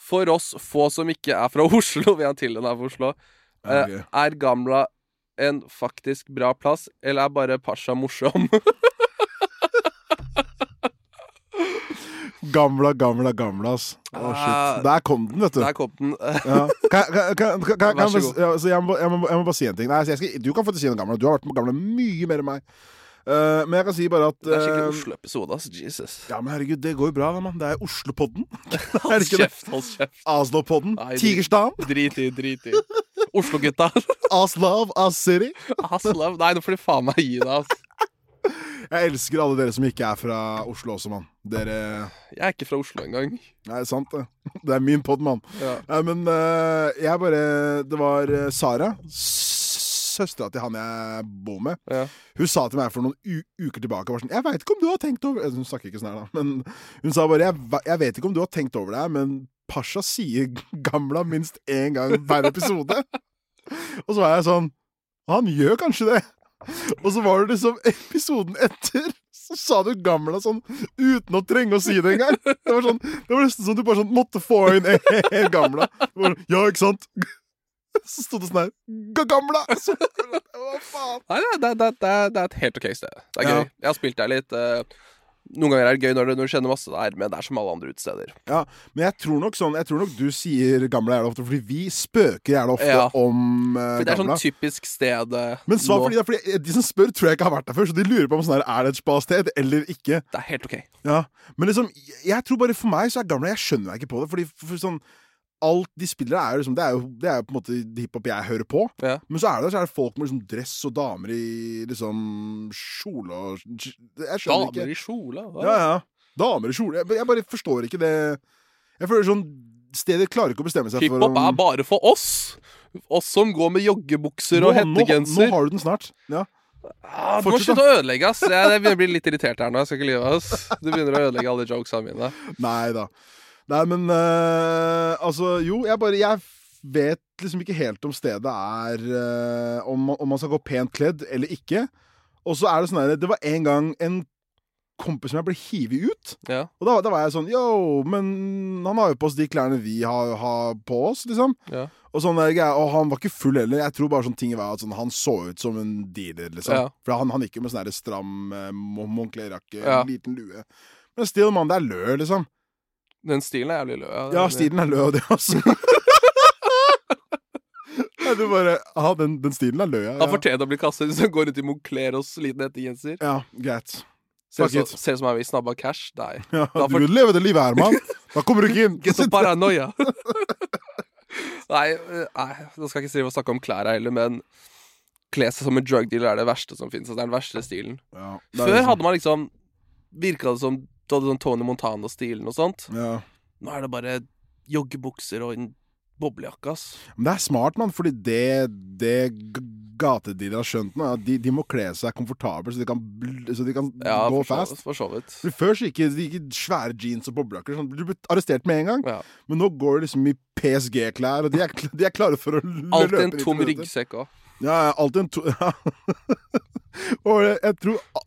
Speaker 2: for oss få som ikke er fra [laughs] Oslo, vi har til den er fra Oslo, eh,
Speaker 3: Ok.
Speaker 2: er Gamla en faktisk bra plass, eller er bare Pasha morsom?
Speaker 3: [laughs] Gamla, gamla, gamla, ass. Å,
Speaker 2: Ah.
Speaker 3: shit. Der kom den, vet du.
Speaker 2: Der kom den. Eh,
Speaker 3: Ja. Kan, kan, kan, kan, kan,
Speaker 2: Vær så
Speaker 3: kan,
Speaker 2: god.
Speaker 3: ja, så jeg, må, jeg, må, jeg må bare si en ting. Nei, altså, jeg skal, du kan få til å si noe gamle. Du har vært på gamle mye mer enn meg. Eh, men jeg kan si bare at
Speaker 2: Det er
Speaker 3: eh,
Speaker 2: skikkelig Oslo-episode, ass. Jesus.
Speaker 3: Ja, men herregud, det går jo bra, da, mann. Det er
Speaker 2: [laughs]
Speaker 3: Oslo-podden. Er det
Speaker 2: Hold
Speaker 3: ikke det?
Speaker 2: kjeft, hold kjeft.
Speaker 3: Oslo-podden.
Speaker 2: Nei, det-
Speaker 3: Tigerstaden.
Speaker 2: Drit i, drit i. Oslo-gutta. [laughs]
Speaker 3: Aslav, Asiri.
Speaker 2: Aslaug. Nei, nå får de faen meg gi deg, ass.
Speaker 3: Jeg elsker alle dere som ikke er fra Oslo også, mann. Dere
Speaker 2: Jeg er ikke fra Oslo engang.
Speaker 3: Nei, sant det. [laughs] Det er min pod, mann.
Speaker 2: Ja.
Speaker 3: Nei, men eh, jeg bare Det var eh, Sara, s- søstera til han jeg bor med.
Speaker 2: Ja.
Speaker 3: Hun sa til meg for noen u uker tilbake bare sånn, Jeg veit ikke om du har tenkt over Hun snakker ikke sånn her, da. Men hun sa bare jeg, ve- jeg vet ikke om du har tenkt over det her, men Pasha sier gamla minst én gang hver episode. [laughs] Og Og så var jeg sånn Han gjør kanskje det. Og så var det liksom episoden etter. Så sa du gamla sånn uten å trenge å si det engang. Det var sånn, det var nesten sånn du bare sånn måtte få inn eh, gamla. Det var sånn, Ja, ikke sant? Så stod det sånn her «Ga- Gamla! Så, sånn, hva faen?
Speaker 2: Nei, nei, det, det, det, det er et helt ok sted. Det er
Speaker 3: Ja.
Speaker 2: gøy. Jeg har spilt der litt. eh, noen ganger er det gøy når du, når du kjenner masse der, men det er som alle andre utesteder.
Speaker 3: Ja, men jeg tror nok sånn Jeg tror nok du sier gamla jævla ofte, fordi vi spøker jævla ofte
Speaker 2: Ja.
Speaker 3: om eh,
Speaker 2: For det er
Speaker 3: gamla.
Speaker 2: sånn typisk sted eh,
Speaker 3: men
Speaker 2: nå.
Speaker 3: svar fordi, det er fordi de som spør, tror jeg ikke har vært der før, så de lurer på om sånn her er det et spa-sted eller ikke.
Speaker 2: Det er helt ok.
Speaker 3: Ja, Men liksom, jeg tror bare for meg så er gamla Jeg skjønner meg ikke på det. Fordi for, for sånn Alt de spiller, er jo liksom Det er jo, det er jo på en måte de hiphop jeg hører på.
Speaker 2: Ja.
Speaker 3: Men så er det, så er det folk med liksom dress og damer i liksom kjole og Jeg skjønner ikke.
Speaker 2: Damer i kjole. hva?
Speaker 3: Ja, ja. Damer i kjole. Jeg, jeg bare forstår ikke det Jeg føler sånn Stedet klarer ikke å bestemme seg for
Speaker 2: Hiphop er bare for oss. Oss som går med joggebukser og
Speaker 3: Nå- nå- Nå,
Speaker 2: hettegenser.
Speaker 3: har du den snart. Ja.
Speaker 2: Ah, Du må
Speaker 3: fortsett,
Speaker 2: slutte å ødelegge, ass. Jeg, jeg begynner å bli litt irritert her nå. Jeg skal ikke lyve, ass. Du begynner å ødelegge alle jokesa mine.
Speaker 3: Nei da. Nei, men øh, Altså, jo, jeg bare Jeg vet liksom ikke helt om stedet er øh, om, man, om man skal gå pent kledd eller ikke. Og så er det sånn her Det var en gang en kompis som jeg ble hivet ut.
Speaker 2: Ja.
Speaker 3: Og da, da var jeg sånn Yo, men han har jo på oss de klærne vi har, har på oss, liksom.
Speaker 2: Ja.
Speaker 3: Og sånn der greie, og han var ikke full heller. Jeg tror bare sånn ting var at sånn, han så ut som en dealer, liksom.
Speaker 2: Ja.
Speaker 3: For han, han gikk jo med sånn der stram eh, Mon- Moncler-jakke,
Speaker 2: Ja.
Speaker 3: en liten lue. Men still, mann, det er lø, liksom.
Speaker 2: Den stilen er jævlig lø.
Speaker 3: Ja, stilen er lø, det
Speaker 2: [laughs]
Speaker 3: også. Nei, du bare Ja, den, den stilen er lø, ja.
Speaker 2: Han fortjener å bli kastet hvis han går rundt i Moncler og sliten hettegenser.
Speaker 3: Ja, greit.
Speaker 2: Ser
Speaker 3: Fuck
Speaker 2: ut
Speaker 3: it.
Speaker 2: som- ser ut som han vil snabba cash. Nei.
Speaker 3: [laughs] Ja,
Speaker 2: Da
Speaker 3: du
Speaker 2: fort-
Speaker 3: vil leve det livet her, mann. Da kommer du ikke inn. [laughs]
Speaker 2: Ikke så paranoia. [laughs] nei, eh, nei, nå skal jeg ikke drive og snakke om klær her heller, men kle seg som en drug dealer er det verste som fins. Det er den verste stilen.
Speaker 3: Ja, det er
Speaker 2: Før
Speaker 3: liksom-
Speaker 2: hadde man liksom Virka det som du hadde sånn Tony Montana-stilen og sånt.
Speaker 3: ja.
Speaker 2: Nå er det bare joggebukser og en boblejakke, ass.
Speaker 3: Men det er smart, mann, fordi det, det g- gatedealere har skjønt nå, er at de, de må kle seg komfortabelt, så de kan, bl- så de kan
Speaker 2: Ja,
Speaker 3: gå
Speaker 2: for så,
Speaker 3: fast.
Speaker 2: for så vidt.
Speaker 3: For Før så gikk de gikk i svære jeans og boblejakker. Sånn. Du ble arrestert med en gang.
Speaker 2: Ja.
Speaker 3: Men nå går de liksom i PSG-klær, og de er, kl- de er klare for å l- løpe
Speaker 2: Alltid en
Speaker 3: litt
Speaker 2: tom
Speaker 3: rundt.
Speaker 2: ryggsekk òg.
Speaker 3: Ja, ja, alltid en tom [laughs] ja. Og jeg, jeg tror A-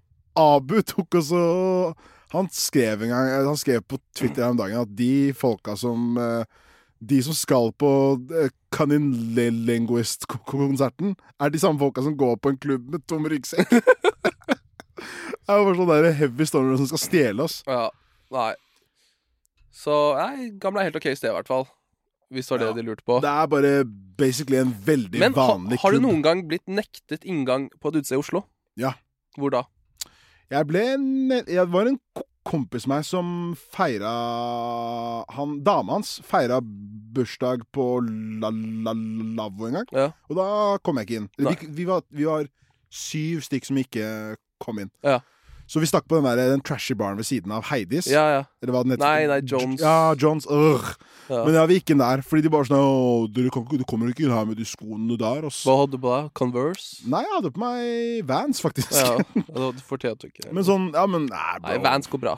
Speaker 3: Abu tok også Han skrev en gang Han skrev på Twitter her om dagen at de folka som eh, De som skal på eh, Kaninlinguist-konserten, er de samme folka som går på en klubb med tom ryggsekk. [laughs] Det er bare sånne der heavy stormere som skal stjele oss.
Speaker 2: Ja, nei. Så nei, gamle er helt ok sted, i hvert fall. Hvis det var det de lurte på.
Speaker 3: Det er bare basically en veldig
Speaker 2: Men ha,
Speaker 3: vanlig
Speaker 2: har du
Speaker 3: klubb.
Speaker 2: noen gang blitt nektet inngang på et utested i Oslo?
Speaker 3: Ja.
Speaker 2: Hvor da?
Speaker 3: Jeg ble en, Jeg var en ko- kompis av meg som feira han, Dama hans feira bursdag på la, la, lavvo en gang.
Speaker 2: Ja.
Speaker 3: Og da kom jeg ikke inn.
Speaker 2: Nei.
Speaker 3: Vi, vi, var, vi var syv stykk som ikke kom inn.
Speaker 2: Ja.
Speaker 3: Så vi stakk på den, der, den trashy baren ved siden av Heidis.
Speaker 2: Ja, ja.
Speaker 3: Eller hva den heter.
Speaker 2: Nei, nei, Jones.
Speaker 3: Ja, Jones. Urgh.
Speaker 2: Ja.
Speaker 3: Men ja, vi gikk inn der, fordi de bare sånn «Åh, dere kan ikke- Du kommer ikke inn her med de skoene der, ass.
Speaker 2: Hva hadde du på deg?
Speaker 3: [laughs]
Speaker 2: Converse?
Speaker 3: Nei, jeg hadde på meg Vans, faktisk.
Speaker 2: Ja, ja, det fortjente du ikke.
Speaker 3: [laughs] Men sånn, ja, men Nei, bro.
Speaker 2: Nei, Vans går bra.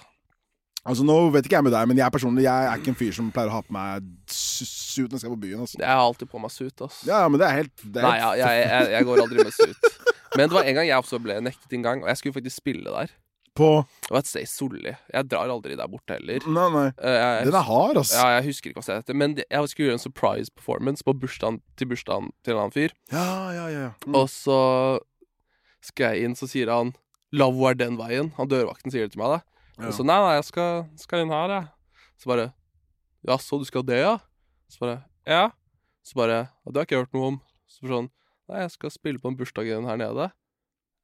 Speaker 3: Altså, Nå vet ikke jeg med deg, men jeg personlig Jeg er ikke en fyr som pleier å ha på meg su- suit når jeg skal på byen. Altså.
Speaker 2: Jeg har alltid på meg suit, ass.
Speaker 3: Ja, ja, men det er helt, det er
Speaker 2: Nei,
Speaker 3: helt
Speaker 2: jeg, jeg, jeg, jeg går aldri med suit. Men det var en gang jeg også ble nektet inngang, og jeg skulle faktisk spille der.
Speaker 3: på
Speaker 2: Det var et sted i Solli. Jeg drar aldri der borte heller.
Speaker 3: Nei, nei.
Speaker 2: Eh, Jeg,
Speaker 3: Den er hard, ass.
Speaker 2: ja, jeg husker ikke hva stedet heter, men det- jeg skulle gjøre en surprise performance på bursdagen til bursdagen til en annen fyr.
Speaker 3: Ja, ja, ja. ja. Mm.
Speaker 2: Og så skal jeg inn, så sier han 'Lavvo er den veien'. Han dørvakten sier det til meg, da.
Speaker 3: Ja.
Speaker 2: Og så 'Nei, nei, jeg skal, skal inn her, jeg'. Så bare 'Jaså, du skal det, ja?' Så bare 'Ja'. Så bare «Ja, 'Det har ikke jeg hørt noe om'. Så bare sånn 'Nei, jeg skal spille på en bursdag igjen her nede'.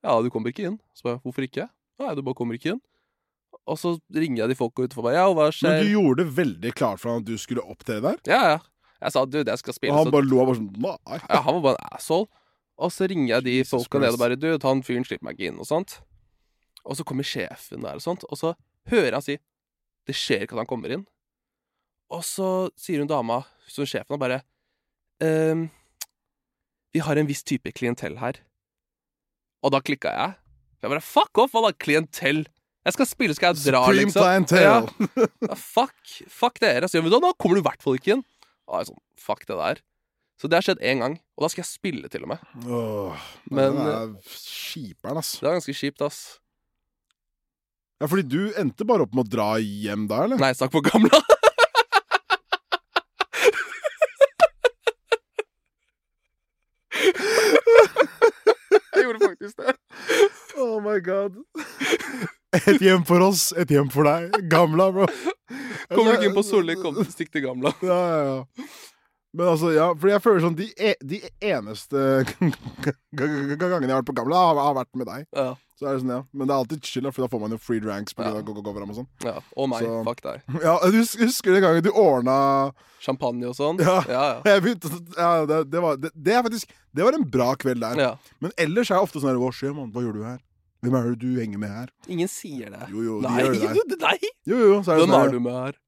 Speaker 2: 'Ja, du kommer ikke inn'. Så bare 'Hvorfor ikke?' 'Nei, du bare kommer ikke inn'. Og så ringer jeg de folka utenfor meg. 'Ja, og hva
Speaker 3: Men
Speaker 2: skjer?'
Speaker 3: du gjorde det veldig klart for han at du skulle opptre der,
Speaker 2: Ja, ja. Jeg sa 'Du, jeg skal spille'.
Speaker 3: og han
Speaker 2: så-
Speaker 3: bare lo og bare sånn Nei.
Speaker 2: [laughs] ja, han var bare en asshole. Og så ringer jeg de
Speaker 3: Jesus
Speaker 2: folka ned og bare
Speaker 3: Christ.
Speaker 2: Du, han fyren slipper meg ikke inn, og sånt. Og så kommer sjefen der og sånt, og så hører han si Det skjer ikke at han kommer inn. Og så sier hun dama, som sjefen, og bare ehm, Vi har en viss type klientell her. Og da klikka jeg. Jeg bare Fuck off! Hva da? Klientell? Jeg skal spille, skal jeg dra,
Speaker 3: Supreme
Speaker 2: liksom?
Speaker 3: clientele. [laughs]
Speaker 2: altså. Ja, fuck, fuck dere. Så gjør vi det, og da kommer du i hvert fall ikke inn. Og jeg er sånn, fuck det der. Så det har skjedd én gang, og da skal jeg spille, til og med.
Speaker 3: Åh,
Speaker 2: Men- eh,
Speaker 3: den er skiperen, ass.
Speaker 2: Det er ganske kjipt, ass.
Speaker 3: Ja, fordi du endte bare opp med å dra hjem da, eller?
Speaker 2: Nei, snakk på gamla. [laughs] jeg gjorde faktisk det.
Speaker 3: [laughs] Oh my god. Et hjem for oss, et hjem for deg. Gamla, bro. Altså,
Speaker 2: Kommer du ikke inn på Solli, kom stikk til gamla.
Speaker 3: Ja, ja, ja. Men altså, ja, fordi jeg føler sånn De, e de eneste [laughs] gangene jeg har vært på Gamla, har, har vært med deg.
Speaker 2: Ja,
Speaker 3: Så er det sånn, ja. Men det er alltid chill, da, for da får man jo free dranks på grunn av go-go-go-program og sånn. [laughs]
Speaker 2: ja. Og meg.
Speaker 3: Så-
Speaker 2: Fuck deg.
Speaker 3: Ja, du hus- husker den gangen du ordna [laughs]
Speaker 2: Champagne og sånn.
Speaker 3: Ja.
Speaker 2: ja. ja.
Speaker 3: Jeg begynte, ja det, det, var, det, det er faktisk Det var en bra kveld der.
Speaker 2: Ja.
Speaker 3: Men ellers er jeg ofte sånn her Hva skjer, mann? Hva gjør du her? Hvem er det du henger med her?
Speaker 2: Ingen sier det.
Speaker 3: Jo, jo, de
Speaker 2: nei,
Speaker 3: gjør
Speaker 2: [laughs]
Speaker 3: det der.
Speaker 2: du, det- nei.
Speaker 3: Jo, jo, så er
Speaker 2: Hvem
Speaker 3: det sånn
Speaker 2: er
Speaker 3: her,
Speaker 2: du med her?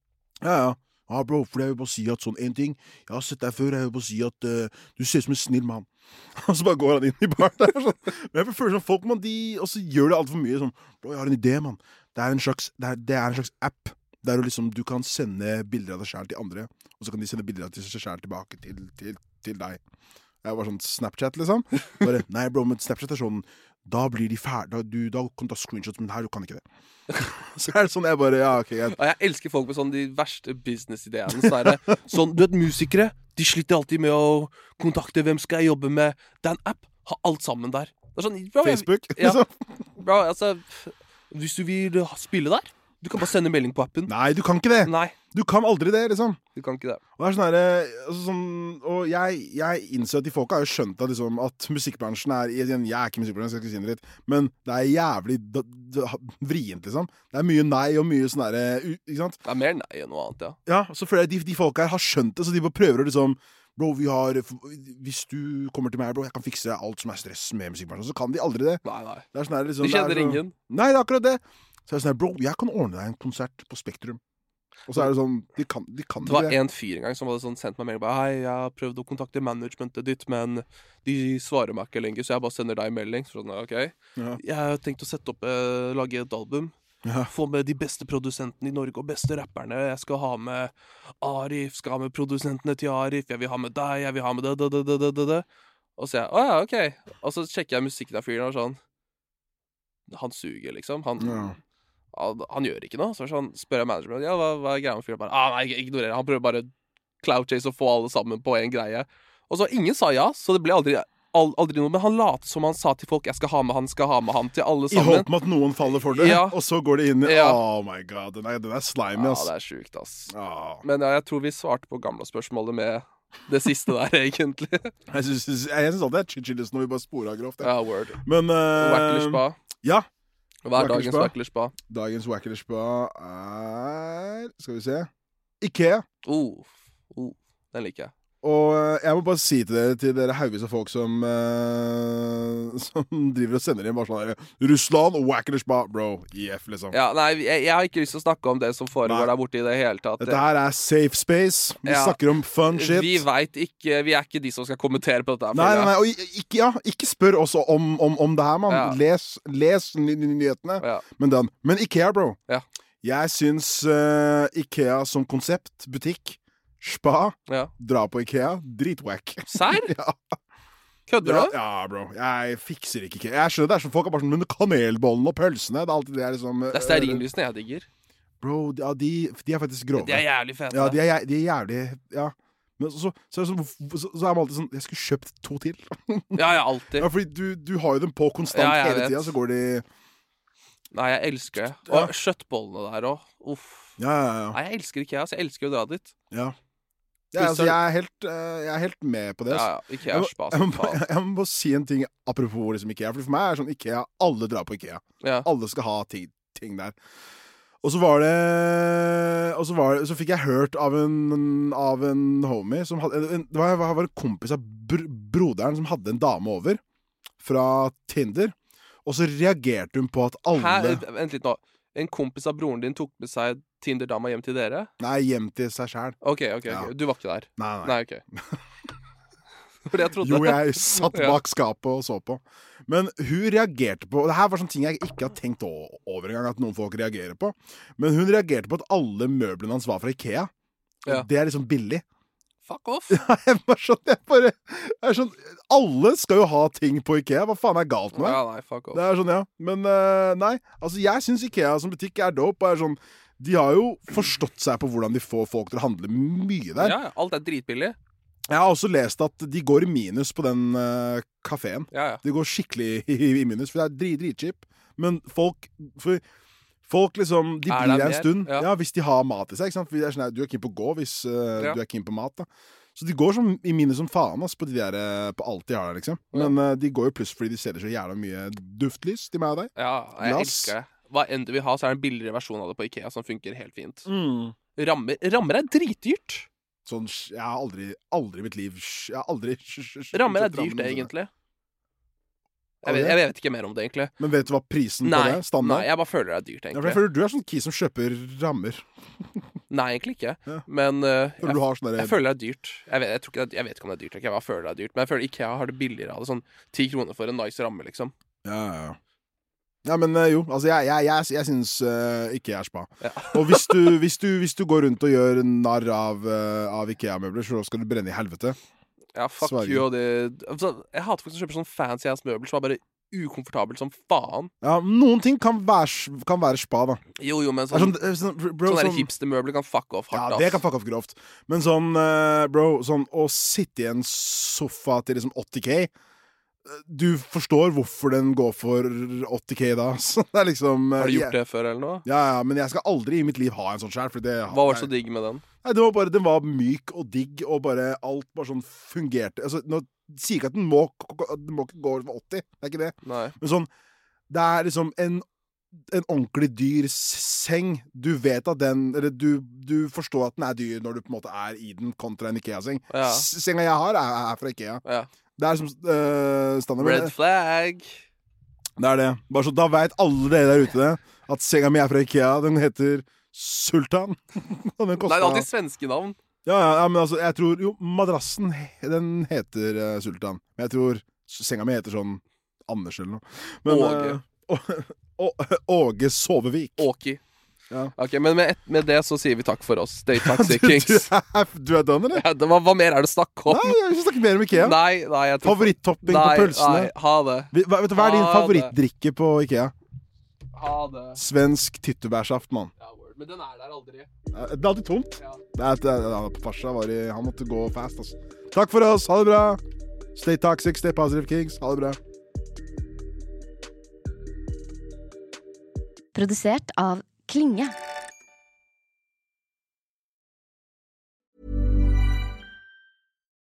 Speaker 3: Ja, ja. Ja, bro, for jeg vil bare si at sånn en ting Jeg har sett deg før, jeg vil bare si at eh, du ser ut som en snill mann. [laughs] Og så bare går han inn i baren der. Sånn. Men jeg føler sånn folk, man, de Og så gjør de altfor mye sånn Bro, jeg har en idé, mann. Det er en slags, det er, det er en slags app der du liksom Du kan sende bilder av deg sjæl til andre, og så kan de sende bilder av seg sjæl tilbake til, til, til deg. Jeg var sånn Snapchat, liksom. Bare, Nei, bro, men Snapchat er sånn Da blir de ferdige. Da, du- da kan du ta screenshots, men her du kan ikke det. [laughs] Så er det sånn jeg bare Ja, OK, greit.
Speaker 2: Ja, jeg elsker folk med sånn de verste businessideene. Sånn,
Speaker 3: [laughs]
Speaker 2: derre- sånn, du vet musikere, de sliter alltid med å kontakte hvem skal jeg jobbe med. Det er en app. Ha alt sammen der. Det er sånn, bro, jeg-
Speaker 3: Facebook,
Speaker 2: [laughs] Ja,
Speaker 3: liksom.
Speaker 2: bro, altså, hvis du vil ha- spille der, du kan bare sende melding på appen.
Speaker 3: Nei, du kan ikke det!
Speaker 2: Nei,
Speaker 3: Du kan aldri det, liksom.
Speaker 2: du kan ikke det.
Speaker 3: Og, det er sånn her, eh, altså, sånn, og jeg, jeg innser at de folka har jo skjønt at, liksom, at musikkbransjen er igjen, Jeg er ikke i musikkbransjen, jeg skal ikke si det litt, men det er jævlig d d vrient, liksom. Det er mye nei og mye sånn derre u- Ikke sant?
Speaker 2: Det er mer nei enn noe annet, ja.
Speaker 3: Ja, så føler jeg de, de folka her har skjønt det, så de bare prøver å liksom Bro, vi har Hvis du kommer til meg, bro, jeg kan fikse alt som er stress med musikkbransjen, så kan de aldri det.
Speaker 2: Nei, nei.
Speaker 3: Det er sånn her, liksom,
Speaker 2: De
Speaker 3: det er
Speaker 2: kjenner
Speaker 3: så-
Speaker 2: ingen.
Speaker 3: Nei, det er akkurat det. Så er det sånn her, bro, jeg kan ordne deg en konsert på Spektrum. Og så er det sånn, de kan, de kan
Speaker 2: Det var
Speaker 3: ikke det.
Speaker 2: en fyr en gang som hadde sånn sendt meg melding bare Hei, jeg har prøvd å kontakte managementet ditt, men de svarer meg ikke lenger, så jeg bare sender deg melding. Så sånn, ok
Speaker 3: Ja.
Speaker 2: Jeg har tenkt å sette opp eh, lage et album.
Speaker 3: Ja.
Speaker 2: Få med de beste produsentene i Norge og beste rapperne. Jeg skal ha med Arif, skal ha med produsentene til Arif, jeg vil ha med deg, jeg vil ha med det, det, det, det, det, det, det. Og så jeg, å ja, ok. Og så sjekker jeg musikken av fyren og sånn Han suger, liksom. Han,
Speaker 3: Ja.
Speaker 2: han, han gjør ikke noe. Så er det sånn, spør jeg manageren ja, hva, hva er greia med fyren. Bare, ah, nei, ignorerer. Han prøver bare clout chase og få alle sammen på én greie. Og så ingen sa ja, så det ble aldri, al- aldri noe. Men han lot som han sa til folk 'jeg skal ha med han, skal ha med han', til alle
Speaker 3: I
Speaker 2: sammen.
Speaker 3: håp om at noen faller for det,
Speaker 2: Ja.
Speaker 3: [laughs] og så går det inn i
Speaker 2: Ja.
Speaker 3: Oh my god, den er, den er slimy,
Speaker 2: Ja,
Speaker 3: ass.
Speaker 2: det er sjukt, ass.
Speaker 3: Ah.
Speaker 2: Men ja, jeg tror vi svarte på gamle spørsmålet med det siste der, [laughs] egentlig.
Speaker 3: Jeg syns jeg syns alltid det er chill- chillest når vi bare sporer av grovt. jeg.
Speaker 2: ja, word.
Speaker 3: Men eh,
Speaker 2: Wackler spa.
Speaker 3: Ja.
Speaker 2: Hva er
Speaker 3: Wackler
Speaker 2: dagens
Speaker 3: spa?
Speaker 2: Wackler spa?
Speaker 3: Dagens Wackler Spa er Skal vi se Ikea.
Speaker 2: Oh, oh, den liker jeg.
Speaker 3: Og eh, jeg må bare si til dere, til dere haugevis av folk som eh, [laughs] Som driver og sender inn bare sånn her Russland, Wackler Spa, bro. IF, liksom.
Speaker 2: Ja, nei, jeg, jeg har ikke lyst til å snakke om det som
Speaker 3: Nei.
Speaker 2: foregår der borte i det hele tatt.
Speaker 3: Dette her er safe space. Vi
Speaker 2: Ja.
Speaker 3: snakker om fun shit.
Speaker 2: Vi veit ikke Vi er ikke de som skal kommentere på dette. her,
Speaker 3: Nei, nei,
Speaker 2: føler
Speaker 3: nei,
Speaker 2: jeg.
Speaker 3: og i- ikke, ja, ikke spør oss om, om, om det her, mann.
Speaker 2: Ja.
Speaker 3: Les, les ny, ny, nyhetene.
Speaker 2: Ja.
Speaker 3: Men, den. Men Ikea, bro.
Speaker 2: Ja.
Speaker 3: Jeg syns eh, Ikea som konsept, butikk, spa,
Speaker 2: Ja.
Speaker 3: dra på Ikea, dritwack.
Speaker 2: Serr?
Speaker 3: [laughs] Ja.
Speaker 2: Kødder
Speaker 3: Ja,
Speaker 2: du?
Speaker 3: ja, bro. Jeg fikser ikke Ikea. Jeg skjønner det er sånn folk er bare sånn Men kanelbollene og pølsene, det er alltid det jeg liksom øh,
Speaker 2: Det er stearinlysene jeg digger.
Speaker 3: Bro, ja, de, de er faktisk grove.
Speaker 2: De er jævlig altså. fete.
Speaker 3: Ja, de er, jæ- de er jævlig Ja. Men så, så, er det sånn, hvorfor- så, så er man alltid sånn Jeg skulle kjøpt to til.
Speaker 2: ja, ja, alltid.
Speaker 3: Ja, fordi du, du har jo dem på konstant
Speaker 2: Ja, jeg
Speaker 3: hele
Speaker 2: vet.
Speaker 3: tida, så går de
Speaker 2: Nei, jeg elsker det.
Speaker 3: Ja.
Speaker 2: Og kjøttbollene der òg. Uff.
Speaker 3: Ja, ja, ja.
Speaker 2: Nei, jeg elsker ikke jeg, altså. Jeg elsker å dra dit.
Speaker 3: ja. ja altså,
Speaker 2: Pluss-
Speaker 3: jeg, er helt, eh, jeg er helt med på det.
Speaker 2: Ja,
Speaker 3: Altså.
Speaker 2: ja. Ikke
Speaker 3: Jeg,
Speaker 2: jeg,
Speaker 3: må,
Speaker 2: spa
Speaker 3: jeg, må,
Speaker 2: som faen.
Speaker 3: bare- jeg må bare si en ting apropos liksom Ikea. For for meg er sånn Ikea Alle drar på Ikea.
Speaker 2: Ja.
Speaker 3: Alle skal ha ting, ting der. Og så var det Og så, var det, så fikk jeg hørt av en, av en homie som hadde en, Det var, var en kompis av br broderen som hadde en dame over fra Tinder. Og så reagerte hun på at
Speaker 2: Hæ?
Speaker 3: alle
Speaker 2: Vent litt nå. En kompis av broren din tok med seg Tinder-dama hjem til dere?
Speaker 3: Nei, hjem til seg
Speaker 2: [laughs]
Speaker 3: sjæl.
Speaker 2: OK, ok, ok.
Speaker 3: Ja.
Speaker 2: du var ikke der.
Speaker 3: Nei, nei.
Speaker 2: Nei, OK.
Speaker 3: [laughs]
Speaker 2: For jeg trodde
Speaker 3: Jo, jeg satt
Speaker 2: Ja.
Speaker 3: bak skapet og så på. Men hun reagerte på Og det her var sånne ting jeg ikke har tenkt o- over engang, at noen folk reagerer på. Men hun reagerte på at alle møblene hans var fra Ikea.
Speaker 2: Ja.
Speaker 3: Det er liksom billig.
Speaker 2: Fuck off.
Speaker 3: Nei, jeg bare sånn, jeg bare jeg er sånn, Alle skal jo ha ting på Ikea. Hva faen er galt med det?
Speaker 2: Ja, nei, fuck off.
Speaker 3: Det er sånn, ja. Men eh, nei. Altså, jeg syns Ikea som butikk er dope. Og er sånn, de har jo forstått seg på hvordan de får folk til å handle mye der.
Speaker 2: Ja, ja, alt er dritbillig.
Speaker 3: Jeg har også lest at de går i minus på den uh, kafeen.
Speaker 2: Ja, ja.
Speaker 3: De går skikkelig i, i minus, for det er drit, dritkjipt. Men folk for, Folk liksom, De
Speaker 2: Er
Speaker 3: blir
Speaker 2: det
Speaker 3: der en
Speaker 2: mer?
Speaker 3: stund ja.
Speaker 2: Ja.
Speaker 3: hvis de har mat i seg. ikke sant? For det er sånn, her, Du er keen på å gå hvis eh,
Speaker 2: Ja.
Speaker 3: du er keen på mat. da Så de går som, i minus som faen ass, på, de der, eh, på alt de har der. liksom Men eh, de går jo pluss fordi de selger så jævla mye duftlys til meg og deg.
Speaker 2: ja jeg
Speaker 3: Glass.
Speaker 2: elsker det. Hva enn du vil ha, så er det en billigere versjon av det på Ikea som funker helt fint. Rammer, rammer er dritdyrt.
Speaker 3: Sånn, sj- Jeg har aldri, aldri i mitt liv sj- Jeg har aldri [laughs] sj- sj- sj-
Speaker 2: Rammer er
Speaker 3: kjøpt rammer altså. sånn
Speaker 2: dyrt, det,
Speaker 3: noensinne.
Speaker 2: egentlig. Jeg vet, jeg vet ikke mer om det, egentlig.
Speaker 3: Men vet du hva prisen
Speaker 2: Nei,
Speaker 3: på det? Standard?
Speaker 2: nei, jeg bare føler det er dyrt,
Speaker 3: Ja, for jeg
Speaker 2: egentlig.
Speaker 3: føler du er sånn key som kjøper rammer.
Speaker 2: Nei, egentlig ikke.
Speaker 3: Ja.
Speaker 2: Men eh,
Speaker 3: Føler
Speaker 2: jeg,
Speaker 3: du har sånn
Speaker 2: jeg
Speaker 3: derre
Speaker 2: føler det er dyrt. Jeg vet, jeg, tror ikke det, er- jeg vet ikke om det er dyrt, ikke. jeg bare føler det er dyrt. Men jeg føler Ikea har det billigere av det. Sånn ti kroner for en nice ramme, liksom.
Speaker 3: Ja, ja, ja. Ja, men eh, jo, altså jeg, jeg, jeg, jeg syns eh, ikke jeg er spa.
Speaker 2: Ja.
Speaker 3: [laughs] Og hvis du, hvis, du, hvis du går rundt og gjør narr av, eh, av Ikea-møbler, så skal du brenne i helvete.
Speaker 2: Ja, fuck
Speaker 3: Sverige.
Speaker 2: you og det altså, Jeg hater folk som kjøper sånn fancy ass møbel som er bare ukomfortabelt som faen.
Speaker 3: Ja, Noen ting kan være, s- kan være spa, da.
Speaker 2: Jo, jo, men
Speaker 3: Det er
Speaker 2: sånn
Speaker 3: sånn, eh, sånn, bro,
Speaker 2: Sånne
Speaker 3: sånn-
Speaker 2: sånn hipstermøbler kan fuck off hardt,
Speaker 3: Ja,
Speaker 2: ass.
Speaker 3: det kan fucke off grovt. Men sånn, eh, bro, sånn å sitte i en sofa til liksom 80K eh, Du forstår hvorfor den går for 80K da. [laughs] Så det er liksom eh,
Speaker 2: Har du
Speaker 3: jeg-
Speaker 2: gjort det før, eller noe?
Speaker 3: Ja, ja, men jeg skal aldri i mitt liv ha en sånn sjæl.
Speaker 2: Hva var det så digg med den?
Speaker 3: Nei, det var bare, Den var myk og digg, og bare alt bare sånn fungerte. Altså, Nå sier jeg ikke at den må, k- k- den må ikke gå over 80, det er ikke det.
Speaker 2: Nei.
Speaker 3: Men sånn, det er liksom en, en ordentlig dyr s- seng. Du vet at den Eller du, du forstår at den er dyr når du på en måte er i den, kontra en Ikea-seng.
Speaker 2: Ja.
Speaker 3: S- Senga jeg har, er, er fra Ikea.
Speaker 2: Ja.
Speaker 3: Det er som øh, standard.
Speaker 2: Red flag.
Speaker 3: Det er det. Bare så Da veit alle dere der ute det, at senga mi er fra Ikea. Den heter Sultan. [laughs] og den
Speaker 2: Nei, det
Speaker 3: kosta
Speaker 2: er alltid svenske navn.
Speaker 3: ja, ja, ja, men altså, jeg tror Jo, madrassen, he- den heter eh, Sultan. Men jeg tror s- senga mi heter sånn Anders eller noe. Men,
Speaker 2: Åge.
Speaker 3: eh, Å- Å- Åge Sovevik.
Speaker 2: Åki.
Speaker 3: Ja.
Speaker 2: Ok, Men med, et- med det så sier vi takk for oss. Date Taxi
Speaker 3: [laughs] [laughs] du, du,
Speaker 2: Kings.
Speaker 3: er, du er done, eller?
Speaker 2: Ja, det var, hva mer er det å snakke om?
Speaker 3: Nei, jeg vil snakke mer om Ikea.
Speaker 2: Nei, nei, jeg tror
Speaker 3: Favorittopping
Speaker 2: Nei,
Speaker 3: på pølsene.
Speaker 2: Nei, ha det.
Speaker 3: Vi- Hva, vet du, hva er
Speaker 2: Ha
Speaker 3: din
Speaker 2: det.
Speaker 3: favorittdrikke på Ikea?
Speaker 2: Ha det.
Speaker 3: Svensk tyttebærsaft, mann.
Speaker 2: Ja, word. Men den er der aldri.
Speaker 3: Eh, Det er alltid tomt.
Speaker 2: Ja.
Speaker 3: Det er, det er, Pasha var i, han måtte gå fast, altså. Takk for oss. Ha det bra. Stay toxic, stay positive, kings. Ha det bra.
Speaker 4: Produsert av Klinge.